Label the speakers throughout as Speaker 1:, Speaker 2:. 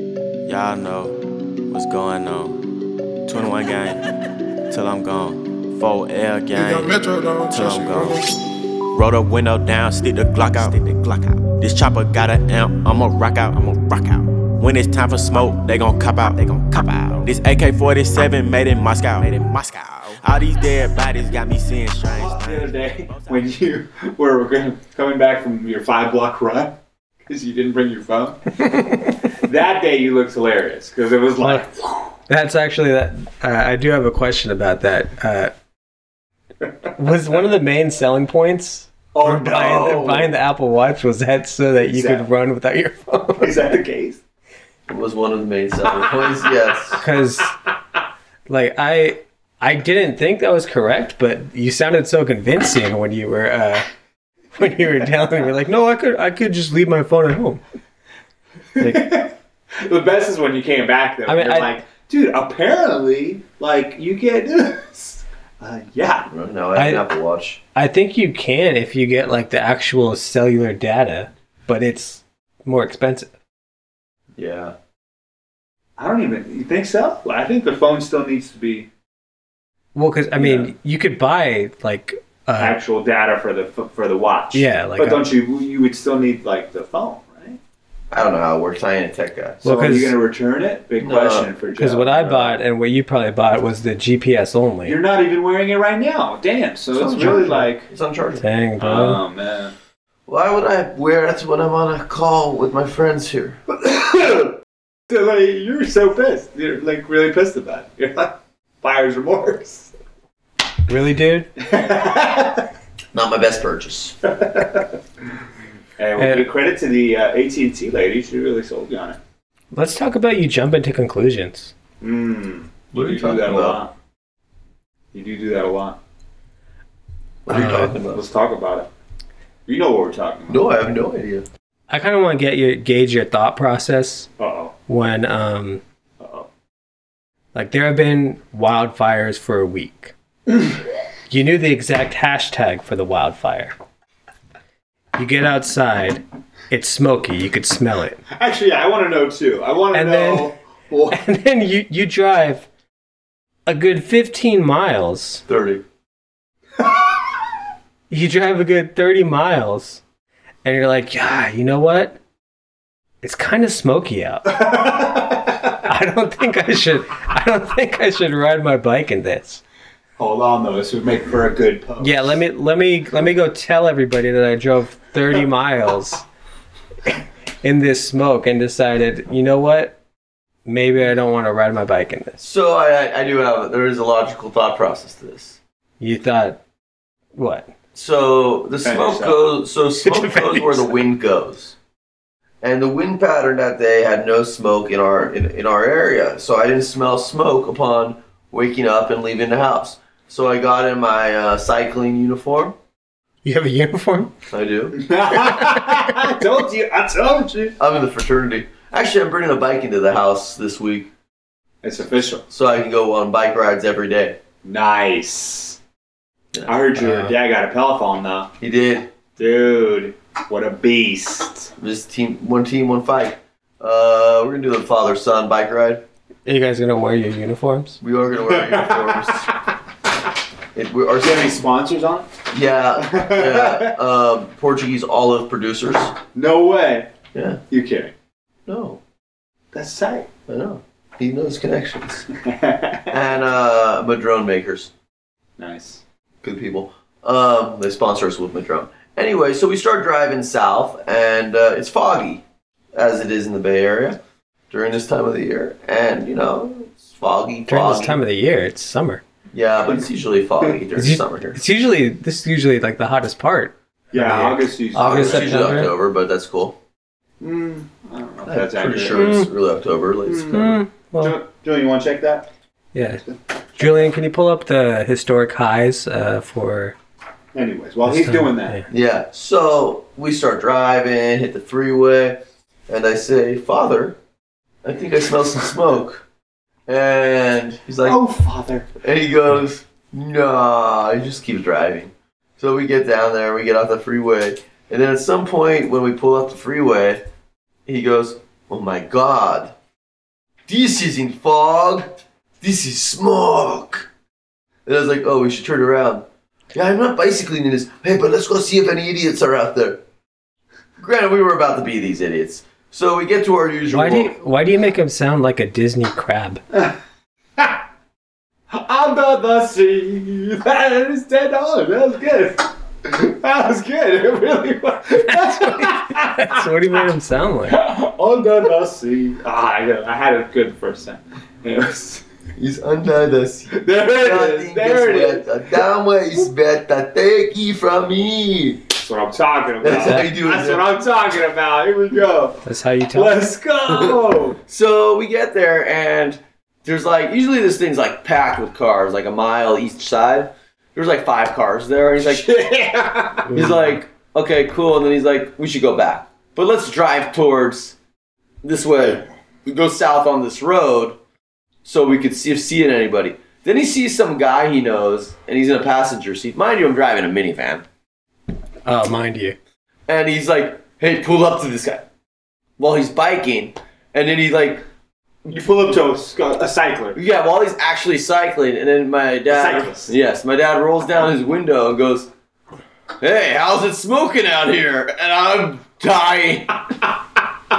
Speaker 1: y'all know what's going on. 21 gang, till I'm gone. 4L gang,
Speaker 2: Metro, dog.
Speaker 1: till
Speaker 2: Trust
Speaker 1: I'm
Speaker 2: you, bro.
Speaker 1: gone. Roll the window down, stick the Glock out. Stick the Glock out. This chopper got an amp, I'ma rock out, I'ma rock out. When it's time for smoke, they gon' cop out, they gon' cop out. This AK-47 made in Moscow, made in Moscow. All these dead bodies got me seeing strange
Speaker 3: the other
Speaker 1: things.
Speaker 3: day when you were going- coming back from your five block run because you didn't bring your phone. that day you looked hilarious because it was like
Speaker 4: That's actually that. Uh, I do have a question about that. Uh, was one of the main selling points
Speaker 3: oh
Speaker 4: for buying,
Speaker 3: no.
Speaker 4: the, buying the Apple Watch was that so that you could
Speaker 3: Exactly.
Speaker 4: run without your phone?
Speaker 3: Is that the case?
Speaker 5: was one of the main selling points. Yes.
Speaker 4: Because, like, I I didn't think that was correct, but you sounded so convincing when you were uh, when you were telling me, like, no, I could I could just leave my phone at home.
Speaker 3: The best is when you came back though.
Speaker 4: I mean,
Speaker 3: you're
Speaker 4: I-
Speaker 3: like, dude, apparently, like you can't do this. Uh, yeah.
Speaker 5: No, I have
Speaker 4: I-
Speaker 5: an Apple Watch.
Speaker 4: I think you can if you get like the actual cellular data, but it's more expensive.
Speaker 5: Yeah.
Speaker 3: I don't even. You think so? Well, I think the phone still needs to be
Speaker 4: Well, because I mean,
Speaker 3: Yeah.
Speaker 4: you could buy like uh,
Speaker 3: actual data for the for the watch.
Speaker 4: Yeah, like uh,
Speaker 3: but
Speaker 4: a-
Speaker 3: don't you? You would still need like the phone, right?
Speaker 5: I don't know how it works. I ain't a tech guy.
Speaker 3: So
Speaker 4: Well,
Speaker 3: are you
Speaker 4: 'cause-
Speaker 3: going to return it? Big
Speaker 5: No,
Speaker 3: question for Joe.
Speaker 4: because what I
Speaker 5: uh,
Speaker 4: bought and what you probably bought was the GPS only.
Speaker 3: You're not even wearing it right now. Damn. So
Speaker 5: on
Speaker 3: it's really
Speaker 5: charger.
Speaker 3: like.
Speaker 5: It's on charger.
Speaker 4: Dang, bro.
Speaker 3: Oh, man.
Speaker 5: Why would I wear it when I'm on a call with my friends here?
Speaker 3: So, like, you're so pissed. You're like really pissed about it. You're like buyer's remorse.
Speaker 4: really, dude?
Speaker 5: Not my best purchase.
Speaker 3: And
Speaker 4: Yeah.
Speaker 3: well, good credit to the uh, AT&T lady. She really sold you on it.
Speaker 4: Let's talk about you jumping to conclusions.
Speaker 3: Mm.
Speaker 5: What are you
Speaker 3: you do
Speaker 5: talking
Speaker 3: that a
Speaker 5: about?
Speaker 3: lot. You do do that a lot.
Speaker 5: What are you
Speaker 4: Uh,
Speaker 5: talking about?
Speaker 3: Let's talk about it. You know what we're talking about.
Speaker 5: No, I have no idea.
Speaker 4: I kind of want to get your gauge your thought process
Speaker 3: Uh-oh.
Speaker 4: when um
Speaker 3: Uh-oh.
Speaker 4: like there have been wildfires for a week. you knew the exact hashtag for the wildfire. You get outside, it's smoky. You could smell it.
Speaker 3: Actually, I want to know, too. I want to
Speaker 4: And
Speaker 3: know...
Speaker 4: then-
Speaker 3: what-
Speaker 4: and then you you drive a good 15 miles
Speaker 5: 30.
Speaker 4: you drive a good 30 miles and you're like yeah you know what it's kind of smoky out i don't think i should i don't think i should ride my bike in this
Speaker 3: Hold on, though. This would make for a good post.
Speaker 4: yeah let me let me let me go tell everybody that i drove 30 miles in this smoke and decided you know what maybe i don't want to ride my bike in this
Speaker 5: So I, I- I do have, there is a logical thought process to this.
Speaker 4: you thought what
Speaker 5: So the
Speaker 3: Defend
Speaker 5: smoke
Speaker 3: yourself.
Speaker 5: goes, so smoke
Speaker 4: Defend
Speaker 5: goes where the wind goes. And the wind pattern that day had no smoke in our, in, in our area. So I didn't smell smoke upon waking up and leaving the house. So I got in my uh, cycling uniform.
Speaker 4: you have a uniform
Speaker 5: I do.
Speaker 3: I told you. I told you.
Speaker 5: I'm in the fraternity. Actually, I'm bringing a bike into the house this week
Speaker 3: It's official.
Speaker 5: so I can go on bike rides every day.
Speaker 3: Nice. I heard your
Speaker 4: Uh,
Speaker 3: dad got a Peloton though.
Speaker 5: He did.
Speaker 3: Dude, what a beast.
Speaker 5: This team, one team, one fight. Uh, we're gonna do the father-son bike ride.
Speaker 4: Are you guys gonna wear your uniforms?
Speaker 5: We are gonna wear uniforms. It, we are
Speaker 3: Do you have any sponsors on? it?
Speaker 5: yeah, yeah. Um, Portuguese olive producers.
Speaker 3: No way.
Speaker 5: Yeah.
Speaker 3: You kidding?
Speaker 5: No,
Speaker 3: That's tight.
Speaker 5: I know. He knows connections. and uh, Madrone makers.
Speaker 3: nice.
Speaker 5: good people. Um, they sponsor us with Madrone. Anyway, so we start driving south, and uh, it's foggy, as it is in the Bay Area during this time of the year. And you know, it's foggy.
Speaker 4: During
Speaker 5: foggy.
Speaker 4: this time of the year, it's summer.
Speaker 5: yeah, but it's usually foggy during
Speaker 4: It's u-
Speaker 5: summer here.
Speaker 4: It's usually this is usually like the hottest part.
Speaker 3: Yeah,
Speaker 4: Yeah.
Speaker 3: August you
Speaker 4: August,
Speaker 5: It's usually
Speaker 4: September.
Speaker 5: October, but that's cool.
Speaker 3: Mm, I don't know if
Speaker 5: I'm
Speaker 3: that's
Speaker 5: pretty
Speaker 3: accurate.
Speaker 5: sure it's really October, late September.
Speaker 4: Mm, well,
Speaker 3: Joe, Joe, you want to check that?
Speaker 4: yeah. Julian, can you pull up the historic highs uh, for?
Speaker 3: Anyways, while
Speaker 4: this
Speaker 3: he's
Speaker 4: time?
Speaker 3: doing that,
Speaker 4: Yeah.
Speaker 5: Yeah. So we start driving, hit the freeway, and I say, "Father, I think I smell some smoke." And he's like,
Speaker 3: oh father,
Speaker 5: And he goes, nah, he just keeps driving. So we get down there, we get off the freeway, and then at some point when we pull off the freeway, he goes, oh my god, This isn't fog. This is smoke. And I was like, oh, we should turn around. Yeah, I'm not bicycling in this. Hey, but let's go see if any idiots are out there. Granted, we were about to be these idiots. So we get to our usual.
Speaker 4: Why do you, why do you make him sound like a Disney crab?
Speaker 3: Under the sea. That is ten dollars. That was good. That was good. It really was.
Speaker 4: That's what he made him sound like.
Speaker 3: Under the sea. Ah, I, know. I had a good first time. It was-
Speaker 5: He's under the sea.
Speaker 3: there it is.
Speaker 5: Nothing
Speaker 3: There it
Speaker 5: is
Speaker 3: is.
Speaker 5: better. That way is better. Take it from me.
Speaker 3: That's what I'm talking about.
Speaker 5: That's how you do it,
Speaker 3: That's
Speaker 5: man.
Speaker 3: what I'm talking about. Here we go.
Speaker 4: That's how you talk.
Speaker 3: Let's go.
Speaker 5: So we get there, and there's like usually this thing's like packed with cars, like a mile each side. There's like five cars there. And he's like,
Speaker 3: Yeah.
Speaker 5: he's like, okay, cool. And then he's like, we should go back, but let's drive towards this way. We go south on this road, so we could see if seeing anybody. Then he sees some guy he knows, and he's in a passenger seat. Mind you, I'm driving a minivan
Speaker 4: Oh, mind you.
Speaker 5: and he's like, "Hey, pull up to this guy," while he's biking, and then he like,
Speaker 3: You pull up to a, sc- a cycler.
Speaker 5: yeah, while he's actually cycling, and then my dad,
Speaker 3: cyclist.
Speaker 5: yes, my dad rolls down his window and goes, "Hey, how's it smoking out here?" And I'm dying.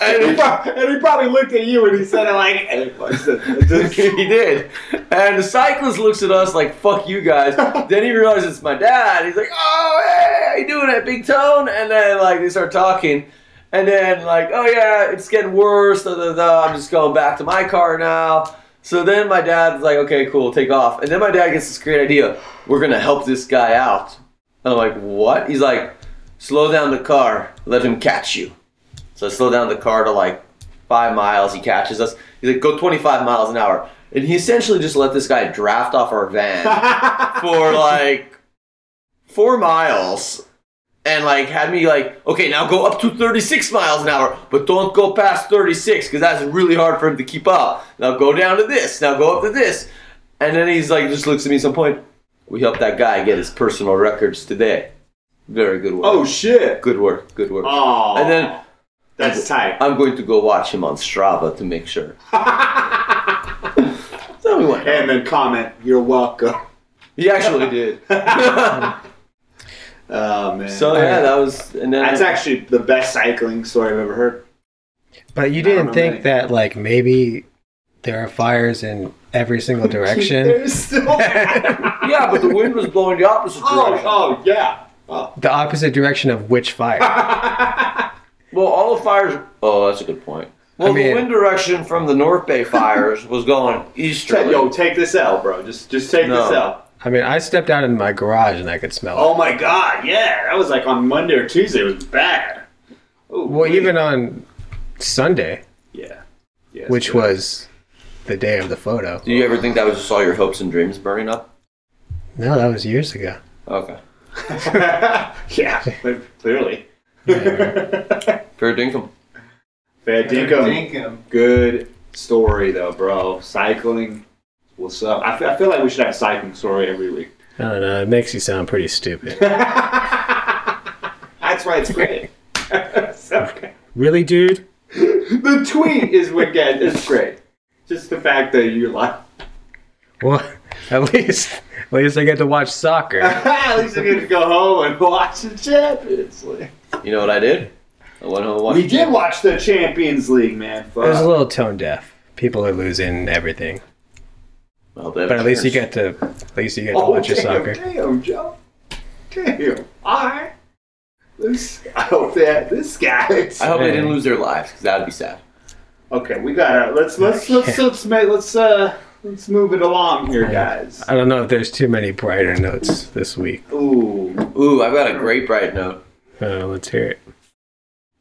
Speaker 3: And he,
Speaker 5: and
Speaker 3: pro- and he probably looked at you and he said it like, "Hey, what's this?"
Speaker 5: he, he did, and the cyclist looks at us like, "Fuck you guys." then he realizes it's my dad. He's like, "Oh, hey, how you doing, that big tone?" And then like they start talking. And then like, oh yeah, it's getting worse. Da, da, da. I'm just going back to my car now. So then my dad's like, okay, cool, take off. And then my dad gets this great idea. We're gonna help this guy out. And I'm like, what? He's like, slow down the car, let him catch you. So I slow down the car to like five miles. He catches us. He's like, go 25 miles an hour. And he essentially just let this guy draft off our van for like four miles and like had me like okay now go up to 36 miles an hour but don't go past 36 because that's really hard for him to keep up now go down to this now go up to this and then he's like just looks at me at some point we helped that guy get his personal records today very good work
Speaker 3: oh shit!
Speaker 5: good work good work
Speaker 3: Oh,
Speaker 5: and then
Speaker 3: that's tight.
Speaker 5: i'm going to go watch him on strava to make sure so we went
Speaker 3: And then comment, "You're welcome."
Speaker 5: he actually did
Speaker 3: Oh man,
Speaker 5: so yeah that was and then
Speaker 3: that's actually the best cycling story I've ever heard.
Speaker 4: But you
Speaker 3: don't
Speaker 4: didn't
Speaker 3: know
Speaker 4: think
Speaker 3: many.
Speaker 4: that, like, maybe there are fires in every single direction?
Speaker 3: There's still.
Speaker 5: yeah but the wind was blowing the opposite
Speaker 3: oh,
Speaker 5: direction
Speaker 3: oh yeah. Oh.
Speaker 4: the opposite direction of which fire?
Speaker 5: Well, all the fires. Oh, that's a good point. Well, the
Speaker 4: mean-
Speaker 5: wind direction from the North Bay fires was going easterly.
Speaker 3: Yo, take this L, bro. Just, just take
Speaker 5: No.
Speaker 3: this L.
Speaker 4: I mean, I stepped out in my garage and I could smell it.
Speaker 3: Oh my god, yeah, that was like on Monday or Tuesday. It was bad. Ooh,
Speaker 4: well,
Speaker 3: wait.
Speaker 4: even on Sunday,
Speaker 3: yeah, yeah
Speaker 4: which
Speaker 3: was.
Speaker 4: was the day of the photo.
Speaker 5: Do you ever think that was just all your hopes and dreams burning up?
Speaker 4: No, that was years ago.
Speaker 5: Okay.
Speaker 3: yeah, like, clearly.
Speaker 5: Fair dinkum.
Speaker 3: Bad dinkum. Good story though, bro. Cycling. What's up? I feel, I feel like we should have a cycling story every week.
Speaker 4: I don't know. It makes you sound pretty stupid.
Speaker 3: That's why it's great. It's okay.
Speaker 4: really, dude?
Speaker 3: The tweet is what gets it's great. Just the fact that you like.
Speaker 4: Well, at least, at least I get to watch soccer.
Speaker 3: At least you're gonna go home and watch the Champions League.
Speaker 5: You know what I did? I went home and watched.
Speaker 3: We did watch the Champions League, man.
Speaker 4: I was a
Speaker 3: Fuck.
Speaker 4: little tone deaf. People are losing everything,
Speaker 5: Well, they have
Speaker 4: but at least you
Speaker 5: insurance.
Speaker 4: get to, at least you get to
Speaker 3: Oh,
Speaker 4: watch
Speaker 3: damn,
Speaker 4: your soccer.
Speaker 3: damn, Joe. Damn. All right. This, I hope that this guy.
Speaker 5: I hope they didn't lose their lives because that would be sad.
Speaker 3: Okay, we gotta let's let's let's let's make let's uh let's move it along here, guys.
Speaker 4: I don't know if there's too many brighter notes this week.
Speaker 3: Ooh,
Speaker 5: Ooh, I've got a great bright note.
Speaker 4: Uh, let's hear it.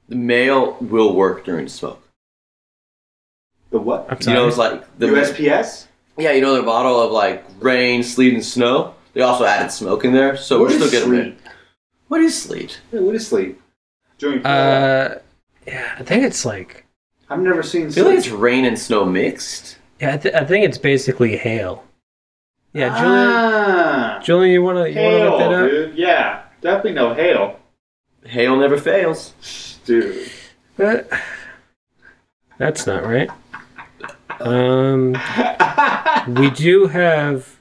Speaker 5: The mail will work during smoke.
Speaker 3: the what?
Speaker 4: I'm
Speaker 5: You
Speaker 4: sorry.
Speaker 5: know, it's like the
Speaker 3: USPS.
Speaker 5: Yeah, you know their bottle of like rain, sleet, and snow. They also added smoke in there, so
Speaker 3: What is
Speaker 5: we're still getting rain.
Speaker 3: sleet?
Speaker 5: What is sleet?
Speaker 3: Yeah, what is sleep? During
Speaker 4: uh, yeah, I think it's like,
Speaker 3: I've never seen
Speaker 5: I feel like
Speaker 3: sleep.
Speaker 5: it's rain and snow mixed.
Speaker 4: yeah, I, th- I think it's basically hail. Yeah, Julian,
Speaker 3: Ah,
Speaker 4: Julian, you wanna you wanna look that
Speaker 3: hail,
Speaker 4: up?
Speaker 3: dude. Yeah, definitely no hail,
Speaker 5: Hail never fails.
Speaker 3: dude.
Speaker 4: But Uh, That's not right. Um, we do have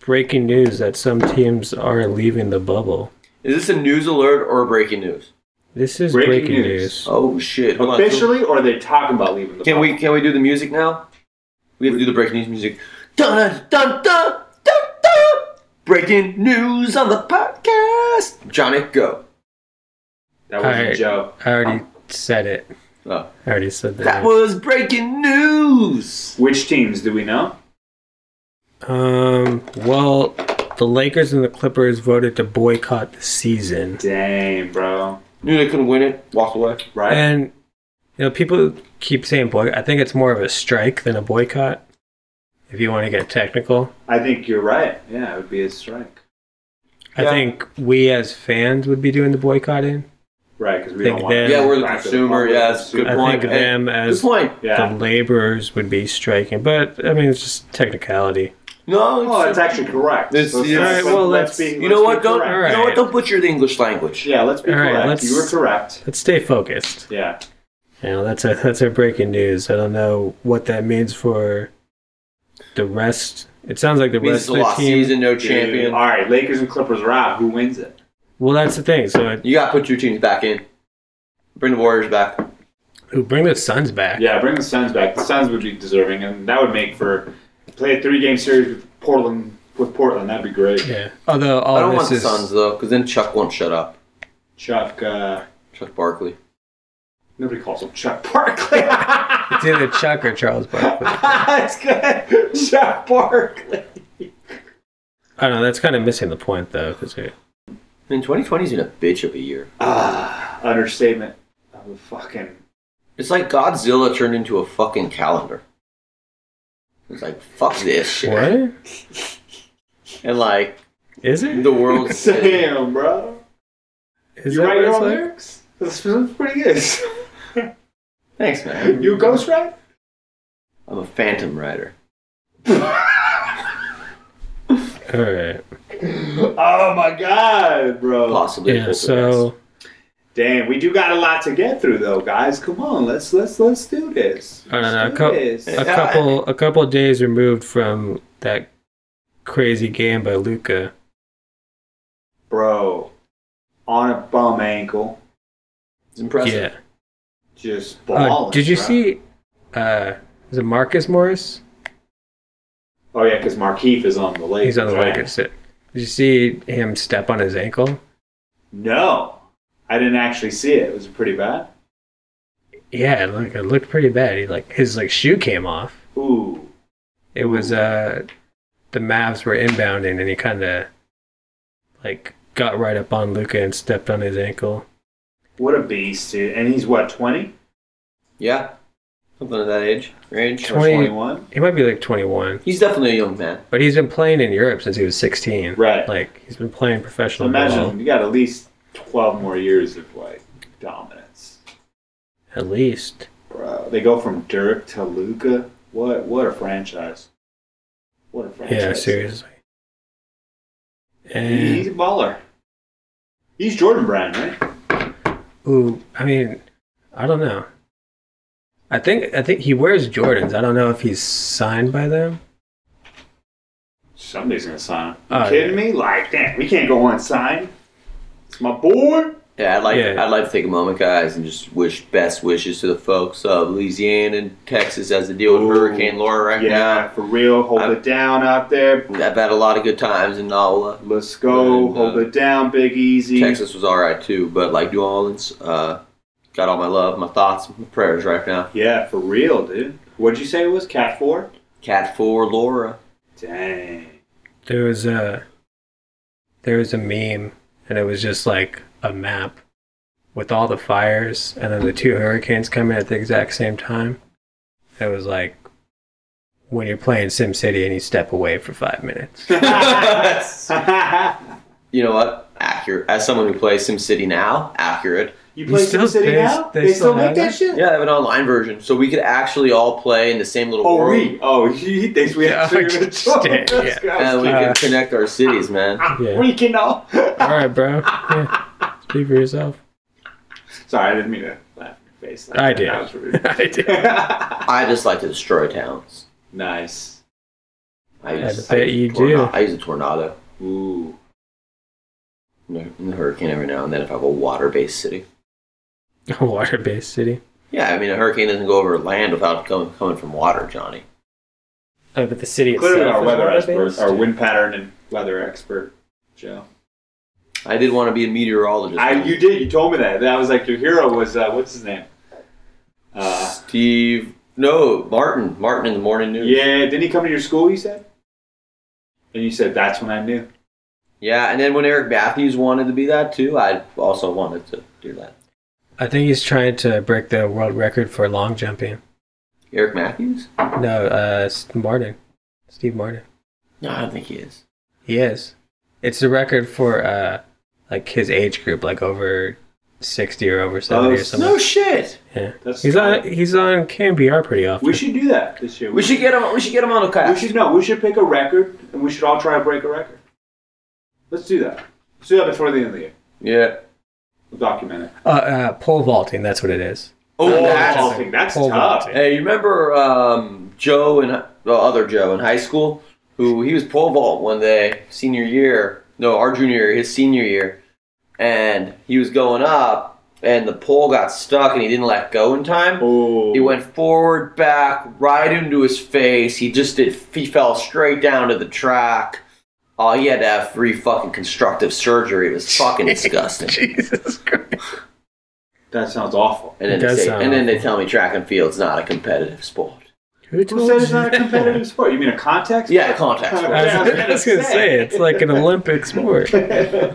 Speaker 4: breaking news that some teams are leaving the bubble.
Speaker 5: Is this a news alert or breaking news?
Speaker 4: This is breaking,
Speaker 3: Breaking
Speaker 4: news.
Speaker 3: news.
Speaker 5: Oh shit! Hold on.
Speaker 3: Officially, or are they talking about leaving the
Speaker 5: Can we
Speaker 3: bubble?
Speaker 5: can we do the music now? We have to do the breaking news music. Dun dun dun dun dun. dun. Breaking news on the podcast. Johnny, go.
Speaker 3: That was
Speaker 4: Alright.
Speaker 3: Joe.
Speaker 4: I already said it.
Speaker 5: Oh.
Speaker 4: I already said that.
Speaker 5: That was breaking news.
Speaker 3: Which teams do we know?
Speaker 4: um, well, the Lakers and the Clippers voted to boycott the season.
Speaker 3: Damn, bro.
Speaker 5: Knew they couldn't win it. Walked away.
Speaker 3: Right?
Speaker 4: And you know, people keep saying boy. I think it's more of a strike than a boycott. If you want to get technical,
Speaker 3: I think you're right. Yeah, it would be a strike.
Speaker 4: I
Speaker 5: Yeah.
Speaker 4: think we as fans would be doing the boycotting.
Speaker 3: Right, because we
Speaker 4: Think
Speaker 3: don't want
Speaker 4: them-
Speaker 3: to
Speaker 5: Yeah, we're the
Speaker 3: back to
Speaker 5: consumer.
Speaker 3: bubble.
Speaker 5: Yeah, that's a good
Speaker 4: I
Speaker 5: point.
Speaker 4: think
Speaker 5: Hey,
Speaker 4: them as-
Speaker 5: good point.
Speaker 3: Yeah.
Speaker 4: The laborers would be striking, but I mean, it's just technicality.
Speaker 5: No, Oh, it's,
Speaker 3: Well, that's Oh, actually correct.
Speaker 5: It's-
Speaker 3: Let's-
Speaker 5: yeah.
Speaker 3: let's-
Speaker 4: Alright, well,
Speaker 3: let's
Speaker 4: let's-
Speaker 3: be-
Speaker 5: you
Speaker 3: let's
Speaker 5: know
Speaker 3: be
Speaker 5: what? Don't
Speaker 3: correct.
Speaker 5: you know what?
Speaker 4: Alright.
Speaker 5: Don't butcher the English language.
Speaker 3: Yeah, let's be
Speaker 4: Alright,
Speaker 3: correct.
Speaker 4: let's-
Speaker 3: You were correct.
Speaker 4: Let's stay focused.
Speaker 3: Yeah.
Speaker 4: You know, that's our that's our breaking news. I don't know what that means for the rest. It sounds like the
Speaker 5: It means
Speaker 4: rest
Speaker 5: it's
Speaker 4: of
Speaker 5: a
Speaker 4: the
Speaker 5: lost
Speaker 4: team.
Speaker 5: season, no champion.
Speaker 3: All right, Lakers and Clippers are out. Who wins it?
Speaker 4: Well, that's the thing. So it,
Speaker 5: You got to put two teams back in. Bring the Warriors back.
Speaker 4: ooh, bring the Suns back.
Speaker 3: Yeah, bring the Suns back. The Suns would be deserving, and that would make for play a three-game series with Portland. With Portland, that'd be great.
Speaker 4: Yeah. Although all
Speaker 5: I don't
Speaker 4: Oh, this
Speaker 5: want the
Speaker 4: is
Speaker 5: Suns though, because then Chuck won't shut up.
Speaker 3: Chuck. Uh,
Speaker 5: Chuck Barkley.
Speaker 3: nobody calls him Chuck Barkley.
Speaker 4: it's either Chuck or Charles Barkley.
Speaker 3: That's good. Chuck Barkley.
Speaker 4: I don't know. That's kind of missing the point though, because
Speaker 5: And 2020's been a bitch of a year.
Speaker 3: Ah, understatement. I'm a fucking.
Speaker 5: It's like Godzilla turned into a fucking calendar. It's like fuck this shit.
Speaker 4: what
Speaker 5: And like
Speaker 4: is it?
Speaker 5: the world.
Speaker 3: Damn, bro.
Speaker 4: Is
Speaker 3: you
Speaker 4: that
Speaker 3: write
Speaker 4: what
Speaker 3: your
Speaker 4: it's
Speaker 3: own
Speaker 4: like?
Speaker 3: lyrics? That's that's pretty good.
Speaker 5: Thanks, man.
Speaker 3: you a ghostwriter?
Speaker 5: I'm a phantom rider.
Speaker 4: All right.
Speaker 3: Oh my god, bro.
Speaker 5: Possibly.
Speaker 4: Yeah. So
Speaker 3: Damn, we do got a lot to get through though, guys. Come on, let's let's let's do this.
Speaker 4: I don't know. A,
Speaker 3: Let's do this.
Speaker 4: cou- a couple a couple days removed from that crazy game by Luca.
Speaker 3: Bro, on a bum ankle,
Speaker 5: it's impressive.
Speaker 4: Yeah.
Speaker 3: just
Speaker 4: Uh,
Speaker 3: balling.
Speaker 4: did you
Speaker 3: bro.
Speaker 4: see? Uh, is it Marcus Morris?
Speaker 3: Oh yeah, because Markeith is on the Lakers.
Speaker 4: He's on the
Speaker 3: right?
Speaker 4: Lakers. Did you see him step on his ankle?
Speaker 3: No, I didn't actually see it. It was pretty bad.
Speaker 4: Yeah, it looked, it looked pretty bad. He like his like shoe came off.
Speaker 3: Ooh,
Speaker 4: It was uh, the Mavs were inbounding, and he kind of like got right up on Luca and stepped on his ankle.
Speaker 3: what a beast, dude! And he's what twenty
Speaker 5: Yeah. Something at that age. Range.
Speaker 3: or
Speaker 4: 20.
Speaker 3: twenty-one?
Speaker 4: He might be like 21,
Speaker 5: He's definitely a young man.
Speaker 4: but he's been playing in Europe since he was 16.
Speaker 3: Right.
Speaker 4: Like he's been playing professional.
Speaker 3: Imagine
Speaker 4: ball,
Speaker 3: you got at least twelve more years of like dominance,
Speaker 4: at least.
Speaker 3: bro. They go from Dirk to Luca. What what a franchise! What a franchise!
Speaker 4: Yeah, seriously. And
Speaker 3: He's a baller. He's Jordan Brand, right?
Speaker 4: Ooh, I mean, I don't know. I think I think he wears Jordans. I don't know if he's signed by them.
Speaker 3: Somebody's gonna sign him. You
Speaker 4: Oh,
Speaker 3: kidding me? Like, damn, we can't go unsigned. It's my boy.
Speaker 5: Yeah, I'd like
Speaker 4: Yeah.
Speaker 5: I'd like to take a moment, guys, and just wish best wishes to the folks of Louisiana and Texas as they deal with
Speaker 3: Ooh,
Speaker 5: Hurricane Laura right
Speaker 3: Yeah, for real. Hold
Speaker 5: I'm-
Speaker 3: it down out there.
Speaker 5: now. I've had a lot of good times in Nola.
Speaker 3: Let's go.
Speaker 5: And, uh,
Speaker 3: hold it down, Big Easy.
Speaker 5: Texas was all right too, but like New Orleans, uh, got all my love, my thoughts, my prayers right now.
Speaker 3: Yeah, for real, dude. What'd you say it was? Cat four?
Speaker 5: Cat four Laura.
Speaker 3: Dang.
Speaker 4: There was a there was a meme, and it was just like a map with all the fires, and then the two hurricanes coming at the exact same time. It was like when you're playing Sim City and you step away for five minutes.
Speaker 5: You know what? Accurate. As someone who plays SimCity now, accurate.
Speaker 3: you play
Speaker 4: still-
Speaker 3: Sim City
Speaker 4: they-
Speaker 3: now?
Speaker 4: they
Speaker 3: They,
Speaker 4: still
Speaker 3: still,
Speaker 4: have
Speaker 3: make
Speaker 4: that?
Speaker 3: that shit?
Speaker 5: Yeah, I have an online version, so we could actually all play in the same little
Speaker 3: Oh,
Speaker 5: world,
Speaker 3: we. Oh, he, he thinks we
Speaker 4: Yeah,
Speaker 3: have to.
Speaker 4: I
Speaker 3: even
Speaker 4: just did,
Speaker 3: talk.
Speaker 4: yeah.
Speaker 5: and we
Speaker 4: Uh,
Speaker 5: could connect our cities, man.
Speaker 4: Yeah.
Speaker 3: We can all.
Speaker 4: all right, bro. Yeah, speak for yourself.
Speaker 3: Sorry, I didn't mean to laugh in face.
Speaker 4: I did.
Speaker 3: That was rude.
Speaker 4: I did.
Speaker 5: I just like to destroy towns.
Speaker 3: nice.
Speaker 5: I, use,
Speaker 4: bet
Speaker 5: use a
Speaker 4: you do.
Speaker 5: tornado- I use a tornado
Speaker 3: Ooh.
Speaker 5: and a- and a hurricane every now and then if I have a water based city.
Speaker 4: A water based city.
Speaker 5: Yeah, I mean, a hurricane doesn't go over land without coming, coming from water, Johnny.
Speaker 4: Oh, but the city
Speaker 3: Clearly,
Speaker 4: itself
Speaker 3: our
Speaker 4: is
Speaker 3: weather expert,
Speaker 4: water-based?
Speaker 3: our wind pattern and weather expert, Joe.
Speaker 5: I did want to be a meteorologist.
Speaker 3: I, you did. You told me that. That was like your hero was uh, what's his name? Uh,
Speaker 5: Steve. No, Martin. Martin in the morning news.
Speaker 3: yeah. Didn't he come to your school? You said. And you said that's when I knew.
Speaker 5: Yeah, and then when Eric Matthews wanted to be that too, I also wanted to do that.
Speaker 4: I think he's trying to break the world record for long jumping.
Speaker 5: Eric Matthews?
Speaker 4: No, uh, S- Martin. Steve Martin.
Speaker 5: No, I don't think he is.
Speaker 4: He is. It's the record for, uh, like his age group, like over 60 or over 70 or
Speaker 3: Oh,
Speaker 4: something.
Speaker 5: No shit.
Speaker 4: yeah.
Speaker 3: That's
Speaker 4: He's on, he's on KMBR pretty often.
Speaker 3: We should do that this year.
Speaker 5: We should get him. We should get him on a
Speaker 3: We
Speaker 5: kayak.
Speaker 3: should no. We should pick a record, and we should all try to break a record. Let's do that. Let's do that before the end of the year.
Speaker 5: Yeah.
Speaker 3: We'll document it.
Speaker 4: Uh, uh, pole vaulting, that's what it is.
Speaker 5: Oh,
Speaker 3: Pole
Speaker 5: that's-
Speaker 3: vaulting. That's
Speaker 4: pole
Speaker 3: tough.
Speaker 4: vaulting.
Speaker 5: Hey, you remember um, Joe and the other Joe in high school, who he was pole vault one day, senior year. No, our junior year, his senior year, and he was going up, and the pole got stuck, and he didn't let go in time.
Speaker 3: Oh,
Speaker 5: He went forward, back, right into his face. He just did. He fell straight down to the track. Oh, he had to have three fucking constructive surgery. It was fucking disgusting.
Speaker 4: Jesus Christ.
Speaker 3: That sounds awful.
Speaker 5: And
Speaker 4: It
Speaker 5: then, they,
Speaker 4: does
Speaker 5: say,
Speaker 4: sound
Speaker 5: and then they
Speaker 4: awful.
Speaker 5: tell me track and field's not a competitive sport.
Speaker 4: Who
Speaker 3: Who
Speaker 4: told
Speaker 3: said it's
Speaker 4: you
Speaker 3: not a
Speaker 4: that?
Speaker 3: competitive sport? You mean a contact?
Speaker 5: Yeah, contact
Speaker 3: sport?
Speaker 5: sport.
Speaker 4: I was, I was gonna say it's like an Olympic sport.
Speaker 3: hey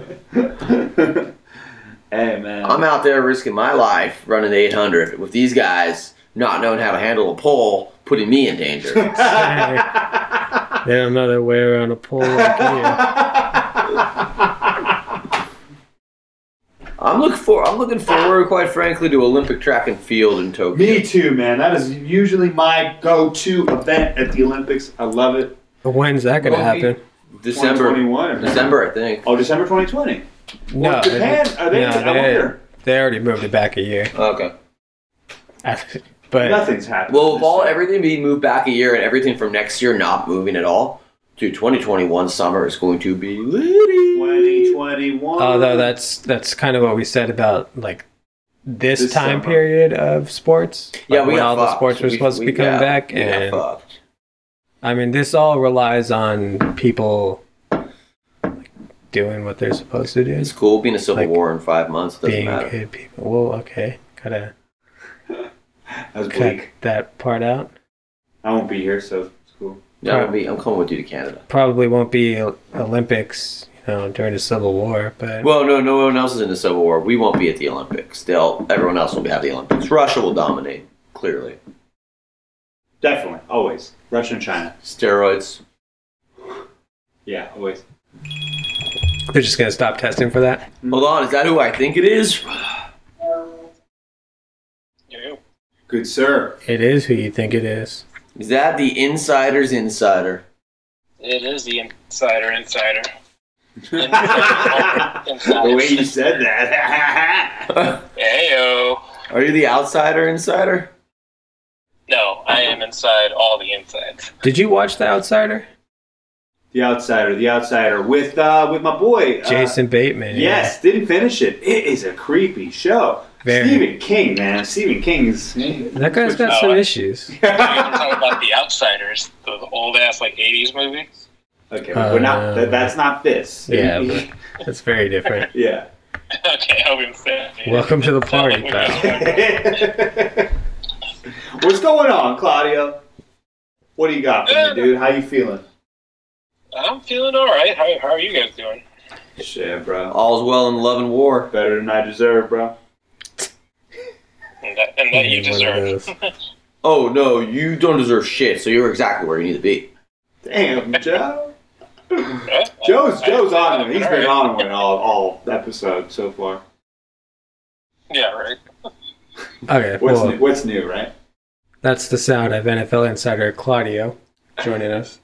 Speaker 3: man,
Speaker 5: I'm out there risking my life running the 800 with these guys not knowing how to handle a pole, putting me in danger.
Speaker 4: they don't know their way around a pole like
Speaker 5: I'm looking for. I'm looking forward, quite frankly, to Olympic track and field in Tokyo.
Speaker 3: Me too, man. That is usually my go-to event at the Olympics. I love it.
Speaker 4: you. When's that gonna happen?
Speaker 5: December,
Speaker 3: 2021.
Speaker 5: December, I think.
Speaker 3: Oh, December 2020.
Speaker 4: No,
Speaker 3: Well, Japan,
Speaker 4: it-
Speaker 3: are they- I wonder.
Speaker 4: they already moved it back a year.
Speaker 5: Okay.
Speaker 4: But
Speaker 3: Nothing's happened.
Speaker 5: Well, with all everything being moved back a year and everything from next year not moving at all, dude, 2021 summer is going to be litty.
Speaker 3: 2021.
Speaker 5: Oh,
Speaker 4: although that's that's kind of what we said about like this,
Speaker 3: This
Speaker 4: time
Speaker 3: summer.
Speaker 4: period of sports.
Speaker 5: Yeah,
Speaker 4: like,
Speaker 5: we
Speaker 4: when
Speaker 5: got
Speaker 4: all
Speaker 5: fucked.
Speaker 4: the sports were
Speaker 5: We-
Speaker 4: supposed
Speaker 5: we
Speaker 4: to be coming
Speaker 5: got-
Speaker 4: back,
Speaker 5: we got
Speaker 4: and
Speaker 5: fucked.
Speaker 4: I mean this all relies on people like, doing what they're supposed to do,
Speaker 5: It's cool being a civil
Speaker 4: Like,
Speaker 5: war in five months. Doesn't
Speaker 4: being
Speaker 5: matter.
Speaker 4: good people. Well, okay, gotta
Speaker 3: that was
Speaker 4: cut
Speaker 3: bleak.
Speaker 4: that part out.
Speaker 3: I won't be here, so it's cool.
Speaker 5: Yeah, I'm, gonna be, I'm coming with you to Canada.
Speaker 4: probably won't be O- Olympics, you know, during the Civil War, but
Speaker 5: Well, no, no one else is in the civil war. We won't be at the Olympics. They'll everyone else will have the Olympics. Russia will dominate clearly.
Speaker 3: Definitely, always. Russia and China.
Speaker 5: Steroids.
Speaker 3: Yeah, always.
Speaker 4: they're just gonna stop testing for that.
Speaker 5: Hold on, is that who I think it is?
Speaker 3: Good sir.
Speaker 4: It is who you think it is.
Speaker 5: Is that the insider's insider?
Speaker 2: It is the insider, insider.
Speaker 3: the way you said that.
Speaker 2: Heyo.
Speaker 5: Are you the outsider insider?
Speaker 2: No, I am inside all the insides.
Speaker 4: Did you watch The Outsider?
Speaker 3: the outsider, the outsider, with uh, with my boy uh,
Speaker 4: Jason Bateman. yeah.
Speaker 3: Yes, didn't finish it. It is a creepy show.
Speaker 4: Very.
Speaker 3: Stephen King, man. Stephen King's.
Speaker 4: That guy's got
Speaker 2: No,
Speaker 4: some
Speaker 2: I-
Speaker 4: issues.
Speaker 2: You guys are talking about the outsiders, the old ass like '80s movie.
Speaker 3: Okay,
Speaker 4: Uh,
Speaker 3: we're not. That, that's not this.
Speaker 4: Yeah, but that's very different.
Speaker 3: yeah.
Speaker 2: okay, I wouldn't say. that.
Speaker 4: Welcome to the party, pal.
Speaker 3: What's going on, Claudio? What do you got for me, dude? How you feeling?
Speaker 2: I'm feeling all right. How, how are you guys doing?
Speaker 3: Shit, bro.
Speaker 5: All's well in love and war.
Speaker 3: Better than I deserve, bro.
Speaker 2: And that, and that you
Speaker 4: One of
Speaker 2: deserve.
Speaker 4: those.
Speaker 5: Oh no, you don't deserve shit. So you're exactly where you need to be.
Speaker 3: Damn, Joe.
Speaker 2: Huh?
Speaker 3: Joe's
Speaker 2: I-
Speaker 3: Joe's on
Speaker 2: I'm
Speaker 3: one. He's
Speaker 2: all
Speaker 3: been
Speaker 2: right.
Speaker 3: on one all all episodes so far.
Speaker 2: Yeah, right.
Speaker 4: Okay,
Speaker 3: What's
Speaker 4: well,
Speaker 3: new, what's new, right?
Speaker 4: that's the sound of NFL insider Claudio joining us.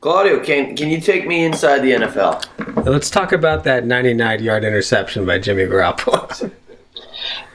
Speaker 5: Claudio, can can you take me inside the NFL?
Speaker 4: Let's talk about that 99 yard interception by Jimmy Garoppolo.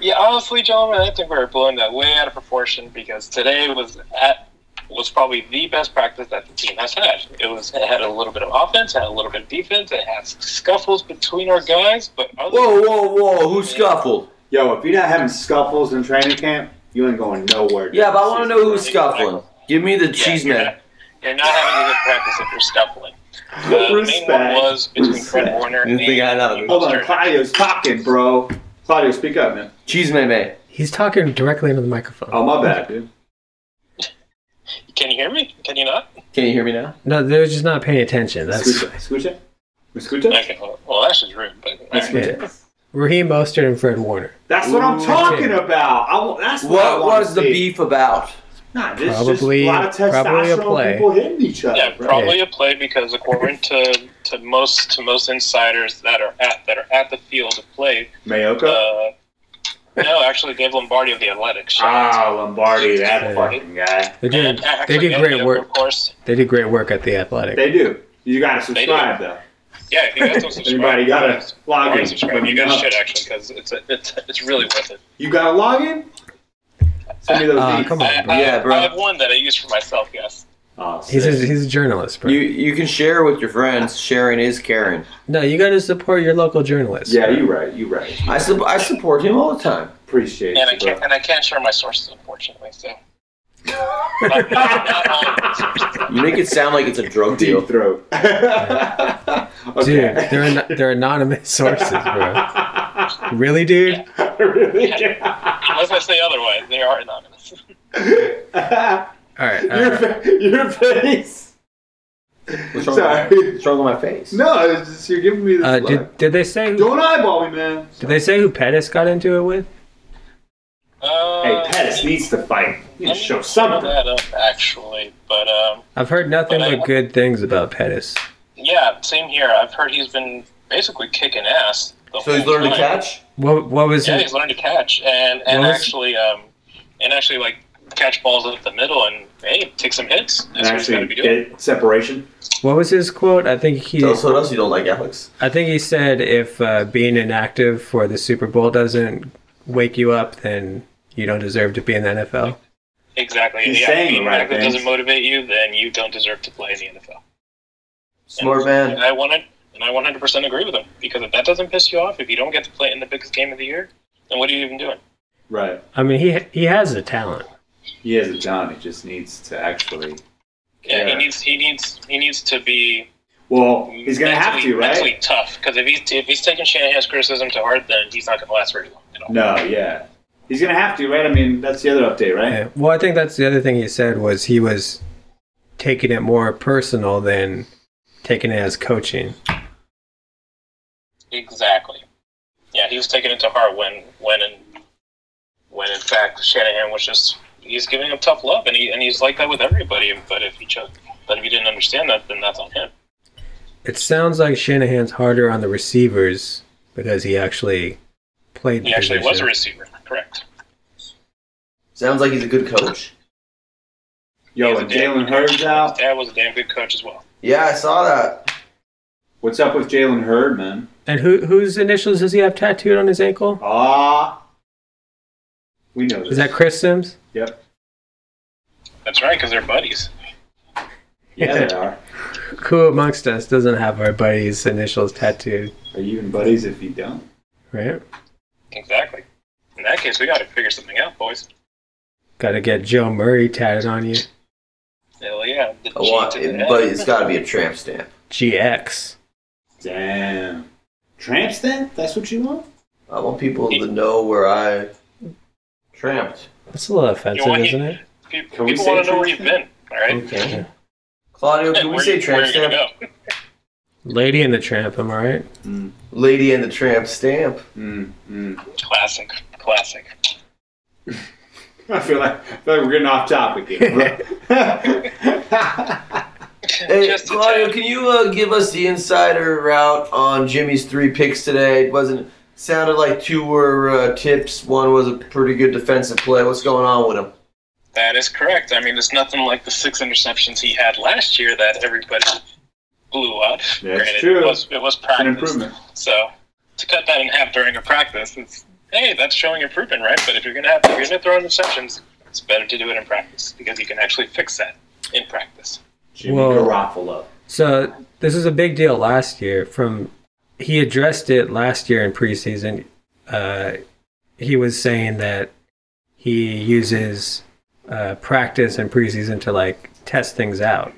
Speaker 2: Yeah, honestly, gentlemen, I think we were blowing that way out of proportion because today was at was probably the best practice that the team has had. It was it had a little bit of offense, had a little bit of defense, it had scuffles between our guys, but other
Speaker 5: Whoa, whoa, whoa! Who scuffled?
Speaker 3: Yo, if you're not having scuffles in training camp, you ain't going nowhere.
Speaker 5: Yeah, but I want to know who's scuffling. Give me the
Speaker 2: Yeah,
Speaker 5: cheese
Speaker 2: you're
Speaker 5: man.
Speaker 2: not- You're not having a good practice if you're scuffling. Uh, The main one
Speaker 3: Respect.
Speaker 2: was between Fred
Speaker 3: Respect.
Speaker 2: Warner
Speaker 5: You
Speaker 2: and
Speaker 5: think I know?
Speaker 3: Hold on, Claudio's talking, bro. Claudio, speak up, man.
Speaker 5: Cheese man, man.
Speaker 4: He's talking directly into the microphone.
Speaker 3: Oh, my bad, dude.
Speaker 2: Can you hear me? Can you not?
Speaker 5: Can you hear me now?
Speaker 4: No, they're just not paying attention. That's
Speaker 3: Escucha, escucha, ¿Me escuchas?
Speaker 2: Okay, well, well, that's just rude. But all right.
Speaker 4: yeah. Raheem Mostert and Fred Warner.
Speaker 3: That's what I'm
Speaker 5: Ooh.
Speaker 3: talking about. I, wa- that's what, I
Speaker 5: What
Speaker 3: wanna
Speaker 5: was the
Speaker 3: see.
Speaker 5: beef about?
Speaker 3: Nah, this is just
Speaker 4: Probably-
Speaker 3: a lot of
Speaker 4: probably a
Speaker 3: testosterone
Speaker 4: play.
Speaker 3: people hitting each other.
Speaker 2: Yeah,
Speaker 3: bro.
Speaker 2: probably a play because according to, to most to most insiders that are at that are at the field of play,
Speaker 3: Mayoka.
Speaker 2: uh, no, actually Dave Lombardi of the Athletics.
Speaker 3: Ah, Lombardi, that
Speaker 4: Yeah.
Speaker 3: fucking guy.
Speaker 4: They do,
Speaker 2: And actually,
Speaker 4: they do
Speaker 2: yeah,
Speaker 4: great
Speaker 2: yeah,
Speaker 4: work.
Speaker 2: Of course,
Speaker 4: They do great work at the Athletic.
Speaker 3: They do. You gotta subscribe though.
Speaker 2: yeah. If you guys don't subscribe,
Speaker 3: Everybody gotta
Speaker 2: guys-
Speaker 3: log
Speaker 2: already
Speaker 3: in.
Speaker 2: subscribe. You guys should actually because it's, a- it's it's really worth it.
Speaker 3: You gotta log in. Send me those
Speaker 4: Ah,
Speaker 3: deets.
Speaker 4: come on.
Speaker 2: I, I,
Speaker 5: Yeah, bro.
Speaker 2: I have one that I use for myself. Yes.
Speaker 3: Oh, sick.
Speaker 4: He's a, he's a journalist, bro.
Speaker 5: You you can share with your friends. Sharing is caring.
Speaker 4: no, you got to support your local journalist.
Speaker 3: yeah, you right. You right.
Speaker 5: I sup I support him all the time.
Speaker 3: Appreciate
Speaker 2: and I
Speaker 3: you,
Speaker 2: can't
Speaker 3: bro.
Speaker 2: and I can't share my sources unfortunately. So uh, not, not, not all of my sources.
Speaker 5: You make it sound like it's a drug deal.
Speaker 3: Deep throat.
Speaker 4: Dude,
Speaker 3: okay.
Speaker 4: they're an, they're anonymous sources, bro. Really, dude?
Speaker 3: really? You're,
Speaker 2: Unless I uh, say otherwise, they are anonymous.
Speaker 4: All right. all right.
Speaker 3: your face.
Speaker 5: What's wrong,
Speaker 3: Sorry.
Speaker 5: with my- what's wrong with my face?
Speaker 3: No, it's just, you're giving me this
Speaker 4: Uh,
Speaker 3: look.
Speaker 4: did, did they say who,
Speaker 3: Don't eyeball me, man.
Speaker 4: did they say who Pettis got into it with?
Speaker 2: Uh,
Speaker 3: Hey, Pettis needs to fight. You
Speaker 2: let
Speaker 3: need
Speaker 2: me
Speaker 3: to show
Speaker 2: pull
Speaker 3: something.
Speaker 2: That up actually, but um,
Speaker 4: I've heard nothing but good things about Pettis.
Speaker 2: yeah, same here. I've heard he's been basically kicking ass. The
Speaker 5: So he's
Speaker 2: whole
Speaker 5: learned to
Speaker 2: time.
Speaker 5: catch.
Speaker 4: What what was
Speaker 2: Yeah,
Speaker 4: it?
Speaker 2: he's learned to catch and and
Speaker 4: Well, that's-
Speaker 2: actually um and actually like catch balls up the middle and hey take some hits.
Speaker 3: And
Speaker 2: That's what he's got to
Speaker 3: actually
Speaker 2: be doing.
Speaker 3: get separation.
Speaker 4: What was his quote? I think he
Speaker 5: Tell us what else you don't like, Alex.
Speaker 4: I think he said if uh, being inactive for the Super Bowl doesn't wake you up, then you don't deserve to be in the NFL.
Speaker 2: Exactly.
Speaker 3: He's
Speaker 2: yeah,
Speaker 3: saying
Speaker 2: if
Speaker 3: the right
Speaker 2: it doesn't
Speaker 3: things.
Speaker 2: motivate you, then you don't deserve to play in the NFL.
Speaker 5: Smart
Speaker 2: And
Speaker 5: man.
Speaker 2: I wanted, and I 100% agree with him because if that doesn't piss you off, if you don't get to play in the biggest game of the year, then what are you even doing?
Speaker 3: Right.
Speaker 4: I mean, he he has the talent.
Speaker 3: He has a done. He just needs to actually. Yeah.
Speaker 2: Yeah, he needs, he needs, he needs to be.
Speaker 3: Well, he's gonna have
Speaker 2: mentally-
Speaker 3: to, right?
Speaker 2: Mentally tough because if he's if he's taking Shanahan's criticism to heart, then he's not going to last very long at all.
Speaker 3: No, yeah. He's gonna have to, right? I mean, that's the other update, right?
Speaker 4: Yeah. Well, I think that's the other thing he said was he was taking it more personal than taking it as coaching.
Speaker 2: Exactly. Yeah, he was taking it to heart when when in when in fact Shanahan was just he's giving him tough love and he and he's like that with everybody. But if he chose, but if he didn't understand that, then that's on him.
Speaker 4: It sounds like Shanahan's harder on the receivers because he actually played. The
Speaker 2: He actually was a
Speaker 4: position.
Speaker 2: receiver, correct?
Speaker 5: Sounds like he's a good coach.
Speaker 3: Yo,
Speaker 2: He's a
Speaker 3: when
Speaker 2: damn-
Speaker 3: Jalen Hurd's
Speaker 2: His
Speaker 3: out,
Speaker 2: dad was a damn good coach as well.
Speaker 5: Yeah, I saw that.
Speaker 3: what's up with Jalen Hurd, man?
Speaker 4: And who whose initials does he have tattooed on his ankle?
Speaker 3: Ah, we know this.
Speaker 4: Is that Chris Sims?
Speaker 3: Yep.
Speaker 2: That's right, because they're buddies.
Speaker 3: Yeah, they are.
Speaker 4: Who amongst us doesn't have our buddy's initials tattooed,
Speaker 3: Are you even buddies if you don't?
Speaker 4: right?
Speaker 2: Exactly. In that case, we got to figure something out, boys.
Speaker 4: Got to get Joe Murray tatted on you.
Speaker 2: Hell yeah. The
Speaker 5: I want,
Speaker 2: G to the
Speaker 5: Oh, it, but
Speaker 2: head.
Speaker 5: it's got to be a tramp stamp.
Speaker 4: GX.
Speaker 3: Damn. Tramp stamp? That's what you want?
Speaker 5: I want people to know where I tramped.
Speaker 4: That's a little offensive,
Speaker 2: You want-
Speaker 4: isn't it?
Speaker 2: people
Speaker 3: Can we
Speaker 2: people
Speaker 3: say
Speaker 2: want to know where you've
Speaker 3: Tristan?
Speaker 2: been, all right?
Speaker 5: Okay. Claudio, can we
Speaker 2: Where
Speaker 5: say
Speaker 2: you- where
Speaker 5: tramp
Speaker 2: you gonna
Speaker 5: stamp?
Speaker 2: go?
Speaker 4: Lady and the Tramp, am I right?
Speaker 3: Mm,
Speaker 5: Lady and the tramp stamp.
Speaker 3: mm, mm.
Speaker 2: Classic. Classic.
Speaker 3: I feel like, I feel like we're getting off topic here.
Speaker 5: Hey,
Speaker 2: Just a
Speaker 5: Claudio,
Speaker 2: tad.
Speaker 5: can you uh, give us the insider route on Jimmy's three picks today? It wasn't sounded like two were uh, tips. One was a pretty good defensive play. What's going on with him?
Speaker 2: That is correct. I mean, it's nothing like the six interceptions he had last year that everybody blew up. Granted,
Speaker 3: true.
Speaker 2: It was, it was
Speaker 3: an
Speaker 2: practice.
Speaker 3: improvement.
Speaker 2: So to cut that in half during a practice, it's hey, that's showing improvement, right? But if you're gonna have if you're gonna throw interceptions, it's better to do it in practice because you can actually fix that in practice.
Speaker 3: Jimmy
Speaker 4: Whoa.
Speaker 3: Garoppolo.
Speaker 4: So this is a big deal last year. From he addressed it last year in preseason. Uh, he was saying that he uses uh, practice and preseason to like test things out,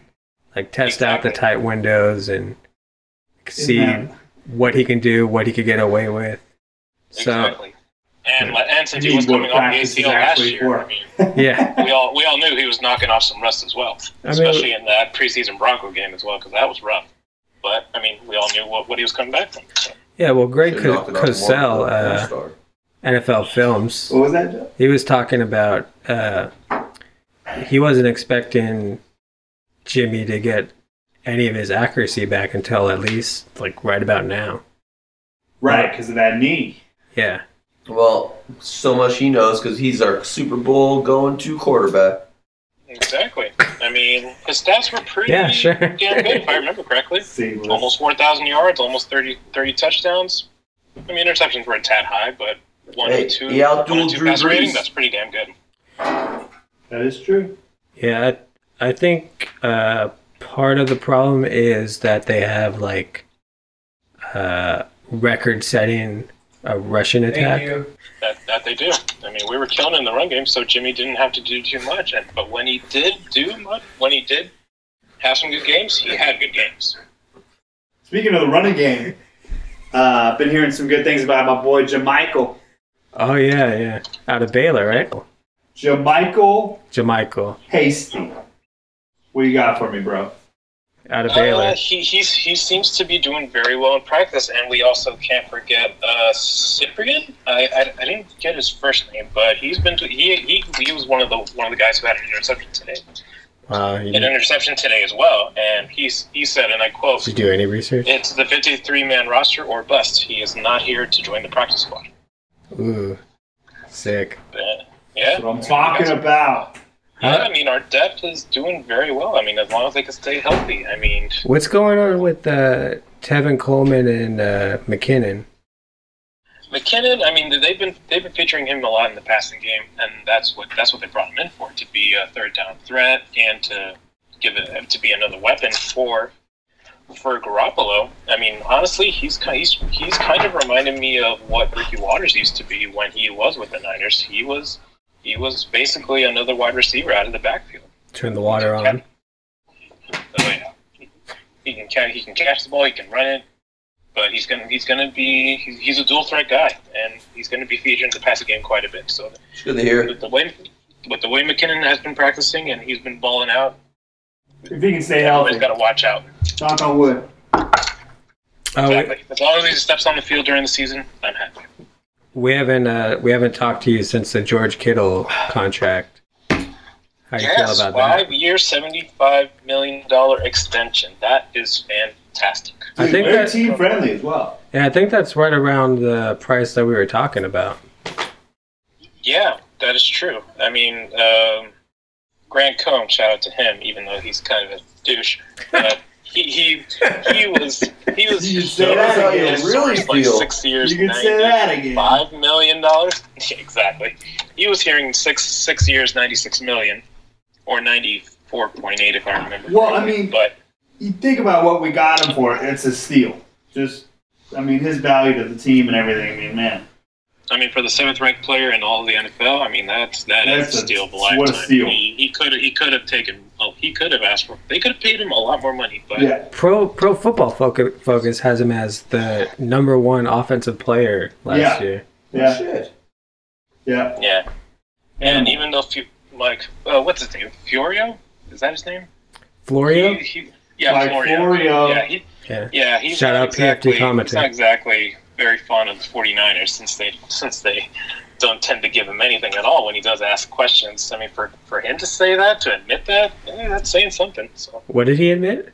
Speaker 4: like test out the
Speaker 2: Exactly.
Speaker 4: tight windows and see
Speaker 6: that-
Speaker 4: what he can do, what he could get away with. So
Speaker 2: exactly. And like, and since
Speaker 3: You
Speaker 2: he was
Speaker 3: mean
Speaker 2: coming
Speaker 3: what
Speaker 2: off the
Speaker 3: practice is
Speaker 2: ACL last
Speaker 3: actually
Speaker 2: year,
Speaker 3: for.
Speaker 2: I mean,
Speaker 4: yeah,
Speaker 2: we all we all knew he was knocking off some rust as well,
Speaker 4: mean-
Speaker 2: especially in that preseason Bronco game as well because that was rough. But I mean, we all knew what, what he was coming back from. So.
Speaker 4: yeah. Well, Greg
Speaker 5: Should've knocked it off the
Speaker 4: Cosell,
Speaker 5: mark, but
Speaker 4: uh,
Speaker 5: four-star.
Speaker 4: NFL Films.
Speaker 3: What was that, Joe?
Speaker 4: He was talking about uh, he wasn't expecting Jimmy to get any of his accuracy back until at least like right about now.
Speaker 6: Right, because of that knee.
Speaker 4: Yeah,
Speaker 5: Well, so much he knows because he's our Super Bowl going to quarterback.
Speaker 2: Exactly. I mean, his stats were pretty
Speaker 4: Yeah, sure.
Speaker 2: damn good if I remember correctly.
Speaker 3: Seamless.
Speaker 2: Almost four thousand yards, almost 30, 30 touchdowns. I mean, interceptions were a tad high, but one
Speaker 5: Hey,
Speaker 2: or two,
Speaker 5: he outdueled
Speaker 2: one or two
Speaker 5: Drew
Speaker 2: passer rating,
Speaker 5: Brees.
Speaker 2: that's pretty damn good.
Speaker 6: That is true.
Speaker 4: yeah. I, I think uh, part of the problem is that they have like uh, record-setting a Russian attack.
Speaker 2: That that they do. I mean, we were killing in the run game, so Jimmy didn't have to do too much. And but when he did do much, when he did have some good games, he had good games.
Speaker 6: Speaking of the running game, uh, been hearing some good things about my boy Jamichael.
Speaker 4: Oh yeah, yeah. Out of Baylor, right?
Speaker 6: Jamichael
Speaker 4: Jamichael
Speaker 6: Hasty. What you got for me, bro?
Speaker 4: out of
Speaker 2: Uh,
Speaker 4: Baylor.
Speaker 2: he he's, he seems to be doing very well in practice, and we also can't forget uh, Cyprian. I, I, I didn't get his first name, but he's been to, he, he he was one of the one of the guys who had an interception today.
Speaker 4: Wow, you
Speaker 2: An
Speaker 4: did
Speaker 2: interception today as well, and he's he said, and I quote,
Speaker 4: you do any research?
Speaker 2: "It's the 53 man roster or bust. He is not here to join the practice squad."
Speaker 4: Ooh, sick.
Speaker 2: Uh, yeah.
Speaker 6: That's what I'm talking about.
Speaker 2: Yeah,
Speaker 4: Huh?
Speaker 2: I mean, our depth is doing very well. I mean, as long as they can stay healthy. I mean,
Speaker 4: What's going on with uh, Tevin Coleman and uh, McKinnon?
Speaker 2: McKinnon. I mean, they've been they've been featuring him a lot in the passing game, and that's what that's what they brought him in for to be a third down threat and to give it to be another weapon for for Garoppolo. I mean, honestly, he's ki- he's he's kind of reminding me of what Ricky Waters used to be when he was with the Niners. He was he was basically another wide receiver out of the backfield.
Speaker 4: Turn the water on.
Speaker 2: Oh yeah, he can catch, he can catch the ball, he can run it, but he's gonna he's gonna be he's, he's a dual threat guy, and he's gonna be featured in the passing game quite a bit. So
Speaker 5: It's good to hear.
Speaker 2: with the way with the way McKinnon has been practicing and he's been balling out,
Speaker 6: If he can stay
Speaker 2: always
Speaker 6: healthy,
Speaker 2: got to watch out.
Speaker 6: knock on wood.
Speaker 4: Oh, we,
Speaker 2: Exactly. As long as he steps on the field during the season, I'm happy.
Speaker 4: we haven't uh, we haven't talked to you since the George Kittle contract. How you
Speaker 2: Yes,
Speaker 4: feel about that?
Speaker 2: five year, seventy five million dollar extension. That is fantastic.
Speaker 4: I
Speaker 6: Dude,
Speaker 4: think
Speaker 6: very
Speaker 4: that-
Speaker 6: team friendly as well.
Speaker 4: Yeah, I think that's right around the price that we were talking about.
Speaker 2: Yeah, that is true. I mean, um, Grant Cohn, shout out to him, even though he's kind of a douche. But he, he he was he was
Speaker 6: You
Speaker 5: So
Speaker 6: say
Speaker 5: that's how
Speaker 6: that
Speaker 5: you
Speaker 6: again.
Speaker 2: his
Speaker 5: really
Speaker 2: first, like
Speaker 5: feel.
Speaker 2: six years.
Speaker 6: You can say that again.
Speaker 2: Five million dollars, exactly. He was hearing six six years, ninety six million, or ninety four point eight, if I remember.
Speaker 6: Well, I
Speaker 2: correctly.
Speaker 6: mean-
Speaker 2: but
Speaker 6: You think about what we got him for. It's a steal. Just, I mean, his value to the team and everything. I mean, man,
Speaker 2: I mean, for the seventh ranked player in all of the NFL, I mean that's that
Speaker 6: That's
Speaker 2: is
Speaker 6: a-
Speaker 2: a steal of a
Speaker 6: what a
Speaker 2: lifetime.
Speaker 6: steal.
Speaker 2: He, he could he could have taken well, he could have asked for they could have paid him a lot more money, but
Speaker 6: yeah.
Speaker 4: Pro Pro Football Focus, Focus has him as the number one offensive player last
Speaker 6: Yeah.
Speaker 4: year.
Speaker 6: Yeah,
Speaker 5: Shit.
Speaker 6: yeah.
Speaker 2: yeah. And
Speaker 6: Animal.
Speaker 2: even though Fu- like uh, what's his name Furio is that his name?
Speaker 4: Florio,
Speaker 2: He, he, yeah,
Speaker 6: Like
Speaker 2: Florio.
Speaker 6: Florio.
Speaker 2: Yeah, he,
Speaker 4: yeah,
Speaker 2: yeah. He's
Speaker 4: Shout
Speaker 2: not
Speaker 4: out PFT
Speaker 2: exactly,
Speaker 4: Commentary.
Speaker 2: He's not exactly very fond of the 49ers since they since they don't tend to give him anything at all when he does ask questions. I mean, for for him to say that, to admit that, eh, that's saying something. So.
Speaker 4: what did he admit?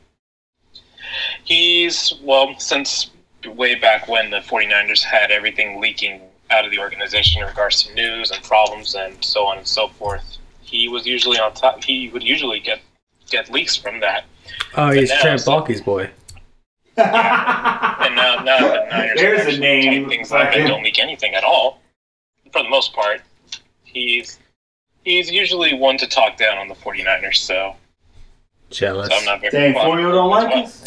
Speaker 2: He's, well, since way back when the 49ers had everything leaking out of the organization in regards to news and problems and so on and so forth, he was usually on top. He would usually get get leaks from that.
Speaker 4: Oh, he's
Speaker 2: now
Speaker 4: Trent
Speaker 2: it's-
Speaker 4: Baalke's boy.
Speaker 2: And now, now the Niners
Speaker 6: There's a
Speaker 2: actually
Speaker 6: name.
Speaker 2: tighten things up and don't leak anything at all. for the most part, he's he's usually one to talk down on the 49ers. So,
Speaker 4: Jealous.
Speaker 2: so I'm not very.
Speaker 6: Dang, Forio don't like us.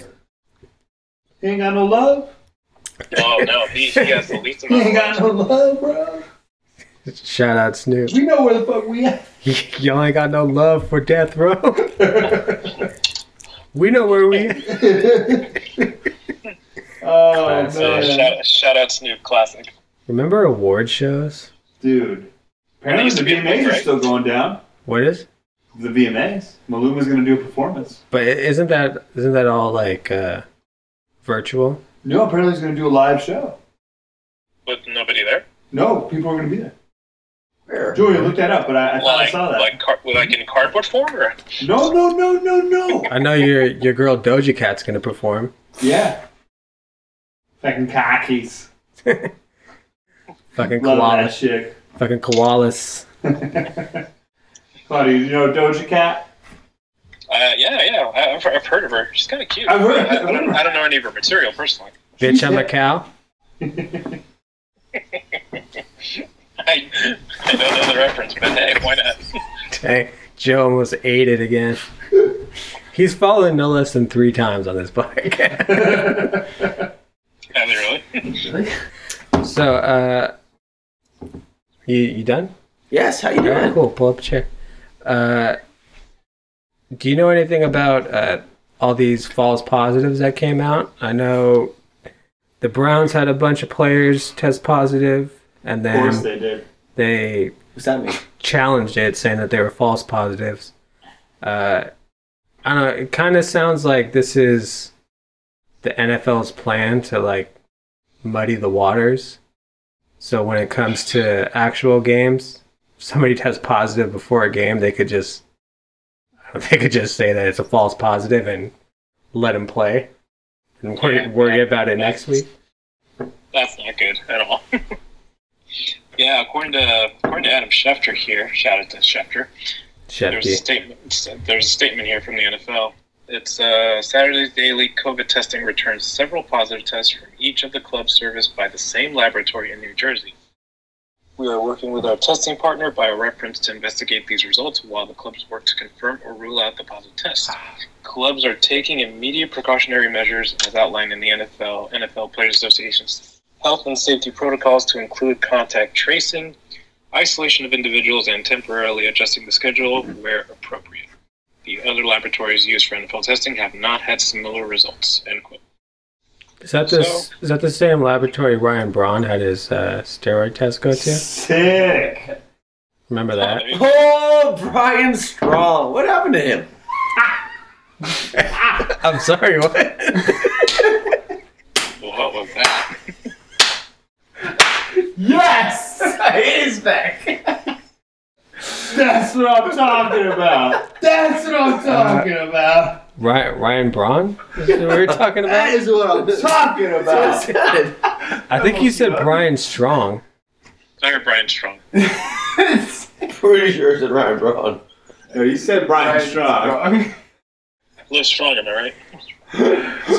Speaker 6: He ain't got no love.
Speaker 2: Oh no, he, he has the least
Speaker 6: He
Speaker 2: amount.
Speaker 6: ain't
Speaker 2: Of
Speaker 6: got
Speaker 2: love.
Speaker 6: no love, bro.
Speaker 4: Shout out Snoop.
Speaker 6: We know where the fuck we at.
Speaker 4: Y'all ain't got no love for death row. we know where we.
Speaker 6: Oh
Speaker 4: Classic.
Speaker 2: So
Speaker 6: man,
Speaker 2: shout, shout out Snoop Classic.
Speaker 4: Remember award shows?
Speaker 6: dude. Apparently the VMAs are still going down.
Speaker 4: What is?
Speaker 6: The VMAs. Maluma's gonna do a performance.
Speaker 4: But i- isn't that isn't that all like uh, virtual?
Speaker 6: No, apparently he's gonna do a live show.
Speaker 2: With nobody there,
Speaker 6: No, people are gonna be there.
Speaker 5: Where?
Speaker 6: Julia, look that up, but I, I thought I
Speaker 2: like
Speaker 6: saw that. Mm-hmm.
Speaker 2: like car- like in cardboard form, or
Speaker 6: no, no, no, no, no.
Speaker 4: I know your your girl Doja Cat's gonna perform.
Speaker 6: yeah. Fucking khakis.
Speaker 4: Fucking
Speaker 6: Love that
Speaker 4: koalas.
Speaker 6: shit.
Speaker 4: Fucking koalas.
Speaker 6: Buddy, you know Doja Cat?
Speaker 2: uh, yeah, yeah, I- I've, I've heard of her. She's kind of cute.
Speaker 6: I've heard-
Speaker 2: I, I,
Speaker 6: I've heard
Speaker 2: don't,
Speaker 6: of
Speaker 2: I don't know any of her material personally.
Speaker 4: Bitch, I'm a cow.
Speaker 2: I, I don't know the reference, but hey, why not?
Speaker 4: Dang, Joe almost ate it again. He's fallen no less than three times on this bike.
Speaker 2: Have they really?
Speaker 4: so, uh, you you done?
Speaker 5: Yes, how you
Speaker 4: All right,
Speaker 5: doing?
Speaker 4: cool. Pull up a chair. Uh, do you know anything about uh, all these false positives that came out? I know the Browns had a bunch of players test positive, and
Speaker 6: Of course
Speaker 4: then
Speaker 6: they did.
Speaker 4: they
Speaker 3: What's that mean?
Speaker 4: challenged it, saying that they were false positives. Uh, I don't know. It kind of sounds like this is the NFL's plan to like muddy the waters. So when it comes to actual games, if somebody tests positive before a game, they could just they could just say that it's a false positive and let them play and worry,
Speaker 2: Yeah.
Speaker 4: worry about it next week.
Speaker 2: That's not good at all. yeah, according to according to Adam Schefter here, shout out to Schefter. There's a
Speaker 4: Shefty.
Speaker 2: statement. There's a statement here from the NFL. It's uh, Saturday's daily COVID testing returns several positive tests from each of the clubs serviced by the same laboratory in New Jersey. We are working with our testing partner by reference to investigate these results while the clubs work to confirm or rule out the positive tests. Clubs are taking immediate precautionary measures as outlined in the NFL, NFL Players Association's health and safety protocols to include contact tracing, isolation of individuals and temporarily adjusting the schedule where appropriate. The other laboratories used for NFL testing have not had similar results. End quote.
Speaker 4: Is that the s- is that the same laboratory Ryan Braun had his uh, steroid test go to?
Speaker 6: Sick.
Speaker 4: Remember that?
Speaker 5: Oh, Brian Strong. What happened to him?
Speaker 4: I'm sorry, what?
Speaker 2: What was that?
Speaker 6: Yes!
Speaker 5: He's back.
Speaker 6: That's what I'm talking about. That's what I'm talking about.
Speaker 4: Ryan, Ryan Braun? Is that what we were talking
Speaker 6: That
Speaker 4: about?
Speaker 6: is what I'm talking about.
Speaker 4: I think you said Brian Strong.
Speaker 2: I heard Brian Strong.
Speaker 5: Pretty sure it's Ryan Braun.
Speaker 3: No, you said Brian Strong.
Speaker 2: A little strong, am I right?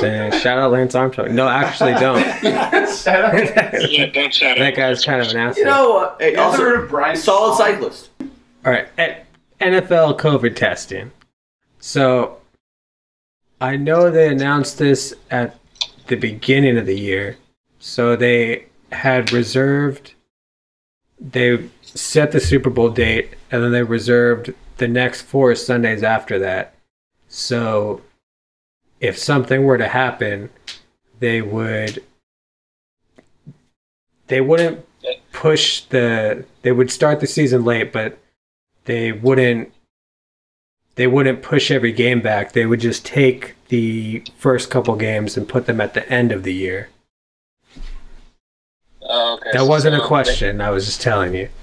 Speaker 4: Saying, shout out Lance Armstrong. No, actually, don't. that
Speaker 2: Yeah, don't shout out.
Speaker 4: guy's kind of an
Speaker 5: You
Speaker 4: asshole.
Speaker 5: know, uh, hey,
Speaker 6: Ever heard
Speaker 5: also,
Speaker 6: of Brian
Speaker 5: solid cyclist.
Speaker 4: All right, at NFL COVID testing. So I know they announced this at the beginning of the year. So they had reserved, they set the Super Bowl date, and then they reserved the next four Sundays after that. So if something were to happen, they would. They wouldn't push the. They would start the season late, but they wouldn't they wouldn't push every game back. They would just take the first couple games and put them at the end of the year.
Speaker 2: Oh, okay.
Speaker 4: That wasn't a
Speaker 2: So-
Speaker 4: question. I was just telling you.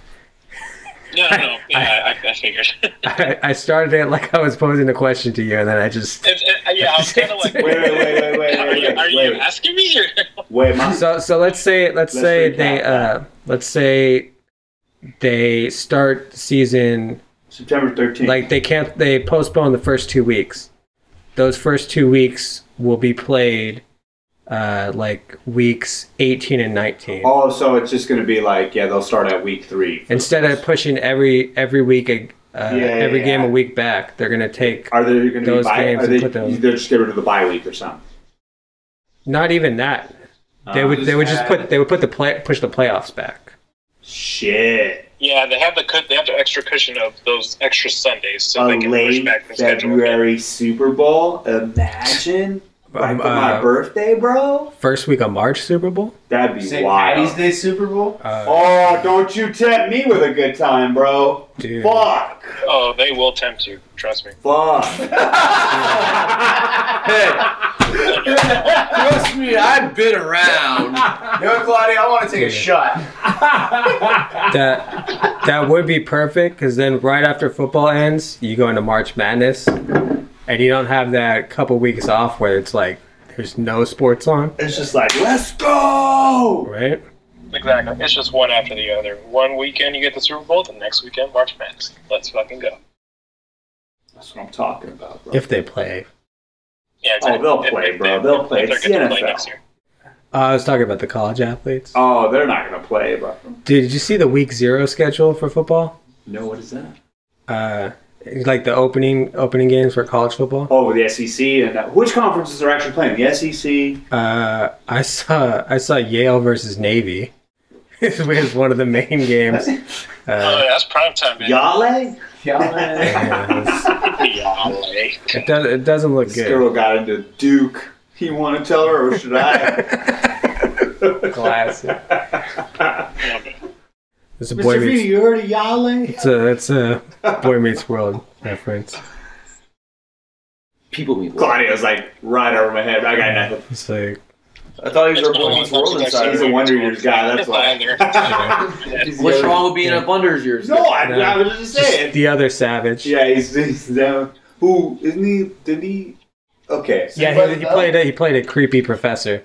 Speaker 2: No, no, no. Yeah, I, I figured. It-
Speaker 4: I, I started it like I was posing a question to you, and then I just
Speaker 2: it- uh, yeah, I was kind of like,
Speaker 3: Wait, wait, wait, wait, wait,
Speaker 2: are you,
Speaker 3: wait,
Speaker 2: are
Speaker 3: wait,
Speaker 2: you
Speaker 3: wait.
Speaker 2: asking me? Or?
Speaker 3: Wait, my,
Speaker 4: so so. Let's say
Speaker 3: Let's
Speaker 4: let's, say
Speaker 3: recap
Speaker 4: they uh let's say they start season
Speaker 6: September 13th.
Speaker 4: like they can't they postpone the first two weeks those first two weeks will be played uh, like weeks 18 and 19.
Speaker 3: Oh, so it's just going to be like, yeah, they'll start at week three.
Speaker 4: Instead of pushing every every week, a, uh,
Speaker 6: yeah,
Speaker 4: every
Speaker 6: yeah.
Speaker 4: game a week back, they're gonna take
Speaker 3: Are they going to be
Speaker 4: those
Speaker 3: bye?
Speaker 4: games
Speaker 3: Are
Speaker 4: and
Speaker 3: they,
Speaker 4: put them-
Speaker 3: they're just getting rid of the bye week or something?
Speaker 4: not even that. They
Speaker 3: Uh,
Speaker 4: would they would just
Speaker 6: add-
Speaker 4: put they would put the play push the playoffs back.
Speaker 3: Shit.
Speaker 2: Yeah, they have the cu- they have the extra cushion of those extra Sundays, so
Speaker 3: A
Speaker 2: they can push
Speaker 3: late
Speaker 2: back the schedule.
Speaker 3: February Super Bowl? Imagine. Like
Speaker 4: Um,
Speaker 3: for my
Speaker 4: uh,
Speaker 3: birthday, bro?
Speaker 4: First week of March Super Bowl.
Speaker 3: That'd be
Speaker 5: St.
Speaker 3: wild.
Speaker 5: Patty's Day Super Bowl.
Speaker 4: Uh,
Speaker 3: Oh, don't you tempt me with a good time, bro.
Speaker 4: dude,
Speaker 3: Fuck.
Speaker 2: Oh, they will tempt you. Trust me.
Speaker 3: Fuck.
Speaker 5: Hey, trust me, I've been around. You know, Claudia, I want to take a shot.
Speaker 4: that that would be perfect because then right after football ends, you go into March Madness, and you don't have that couple weeks off where it's like there's no sports on,
Speaker 6: It's just like let's
Speaker 3: Go.
Speaker 4: right?
Speaker 2: Exactly. It's just one after the other. One weekend you get the Super Bowl, the next weekend March Madness. Let's fucking go.
Speaker 6: That's what I'm talking about, bro.
Speaker 4: If they play.
Speaker 2: Yeah,
Speaker 3: Oh, they'll
Speaker 2: If-
Speaker 3: play,
Speaker 2: if
Speaker 3: bro. They'll
Speaker 2: if
Speaker 3: play.
Speaker 2: they're
Speaker 3: It's
Speaker 2: good
Speaker 3: the
Speaker 2: to play
Speaker 3: NFL.
Speaker 2: next year.
Speaker 4: Uh, I was talking about the college athletes.
Speaker 3: Oh, they're not going to play, bro.
Speaker 4: Dude, did you see the week zero schedule for football?
Speaker 3: No, what is that?
Speaker 4: Uh, like the opening opening games for college football.
Speaker 3: Oh, the SEC and uh, which conferences are actually playing? The E SEC.
Speaker 4: Uh, I saw I saw Yale versus Navy. it was one of the main games.
Speaker 2: Oh,
Speaker 4: Uh,
Speaker 2: yeah, that's prime time, man.
Speaker 3: Yale.
Speaker 4: yeah, it's-
Speaker 2: Yale.
Speaker 4: it, does, it doesn't look
Speaker 3: This
Speaker 4: good.
Speaker 3: girl got into Duke. You want to tell her, or should I?
Speaker 4: Classic. It's a boy
Speaker 3: Mr. V,
Speaker 4: meets.
Speaker 3: you heard of Yale?
Speaker 4: It's a, it's a boy meets world reference.
Speaker 5: People meet.
Speaker 3: Claudia's like right over my head. I got nothing.
Speaker 4: It's like
Speaker 5: I thought he was
Speaker 2: It's
Speaker 5: our
Speaker 2: been a
Speaker 5: Boy
Speaker 2: long
Speaker 5: Meets
Speaker 2: time
Speaker 5: World
Speaker 2: since I've
Speaker 3: He's
Speaker 5: insider.
Speaker 3: a
Speaker 2: seen
Speaker 3: Wonder Years guy. That's
Speaker 2: It's lying
Speaker 3: why.
Speaker 2: there.
Speaker 5: What's wrong with being a Wonders years?
Speaker 3: No, I,
Speaker 4: No.
Speaker 3: I was just saying.
Speaker 4: uh, the other savage.
Speaker 3: yeah, he's, he's down. Who isn't he? Did he? Okay.
Speaker 4: Yeah, he, he played a, he played a creepy professor.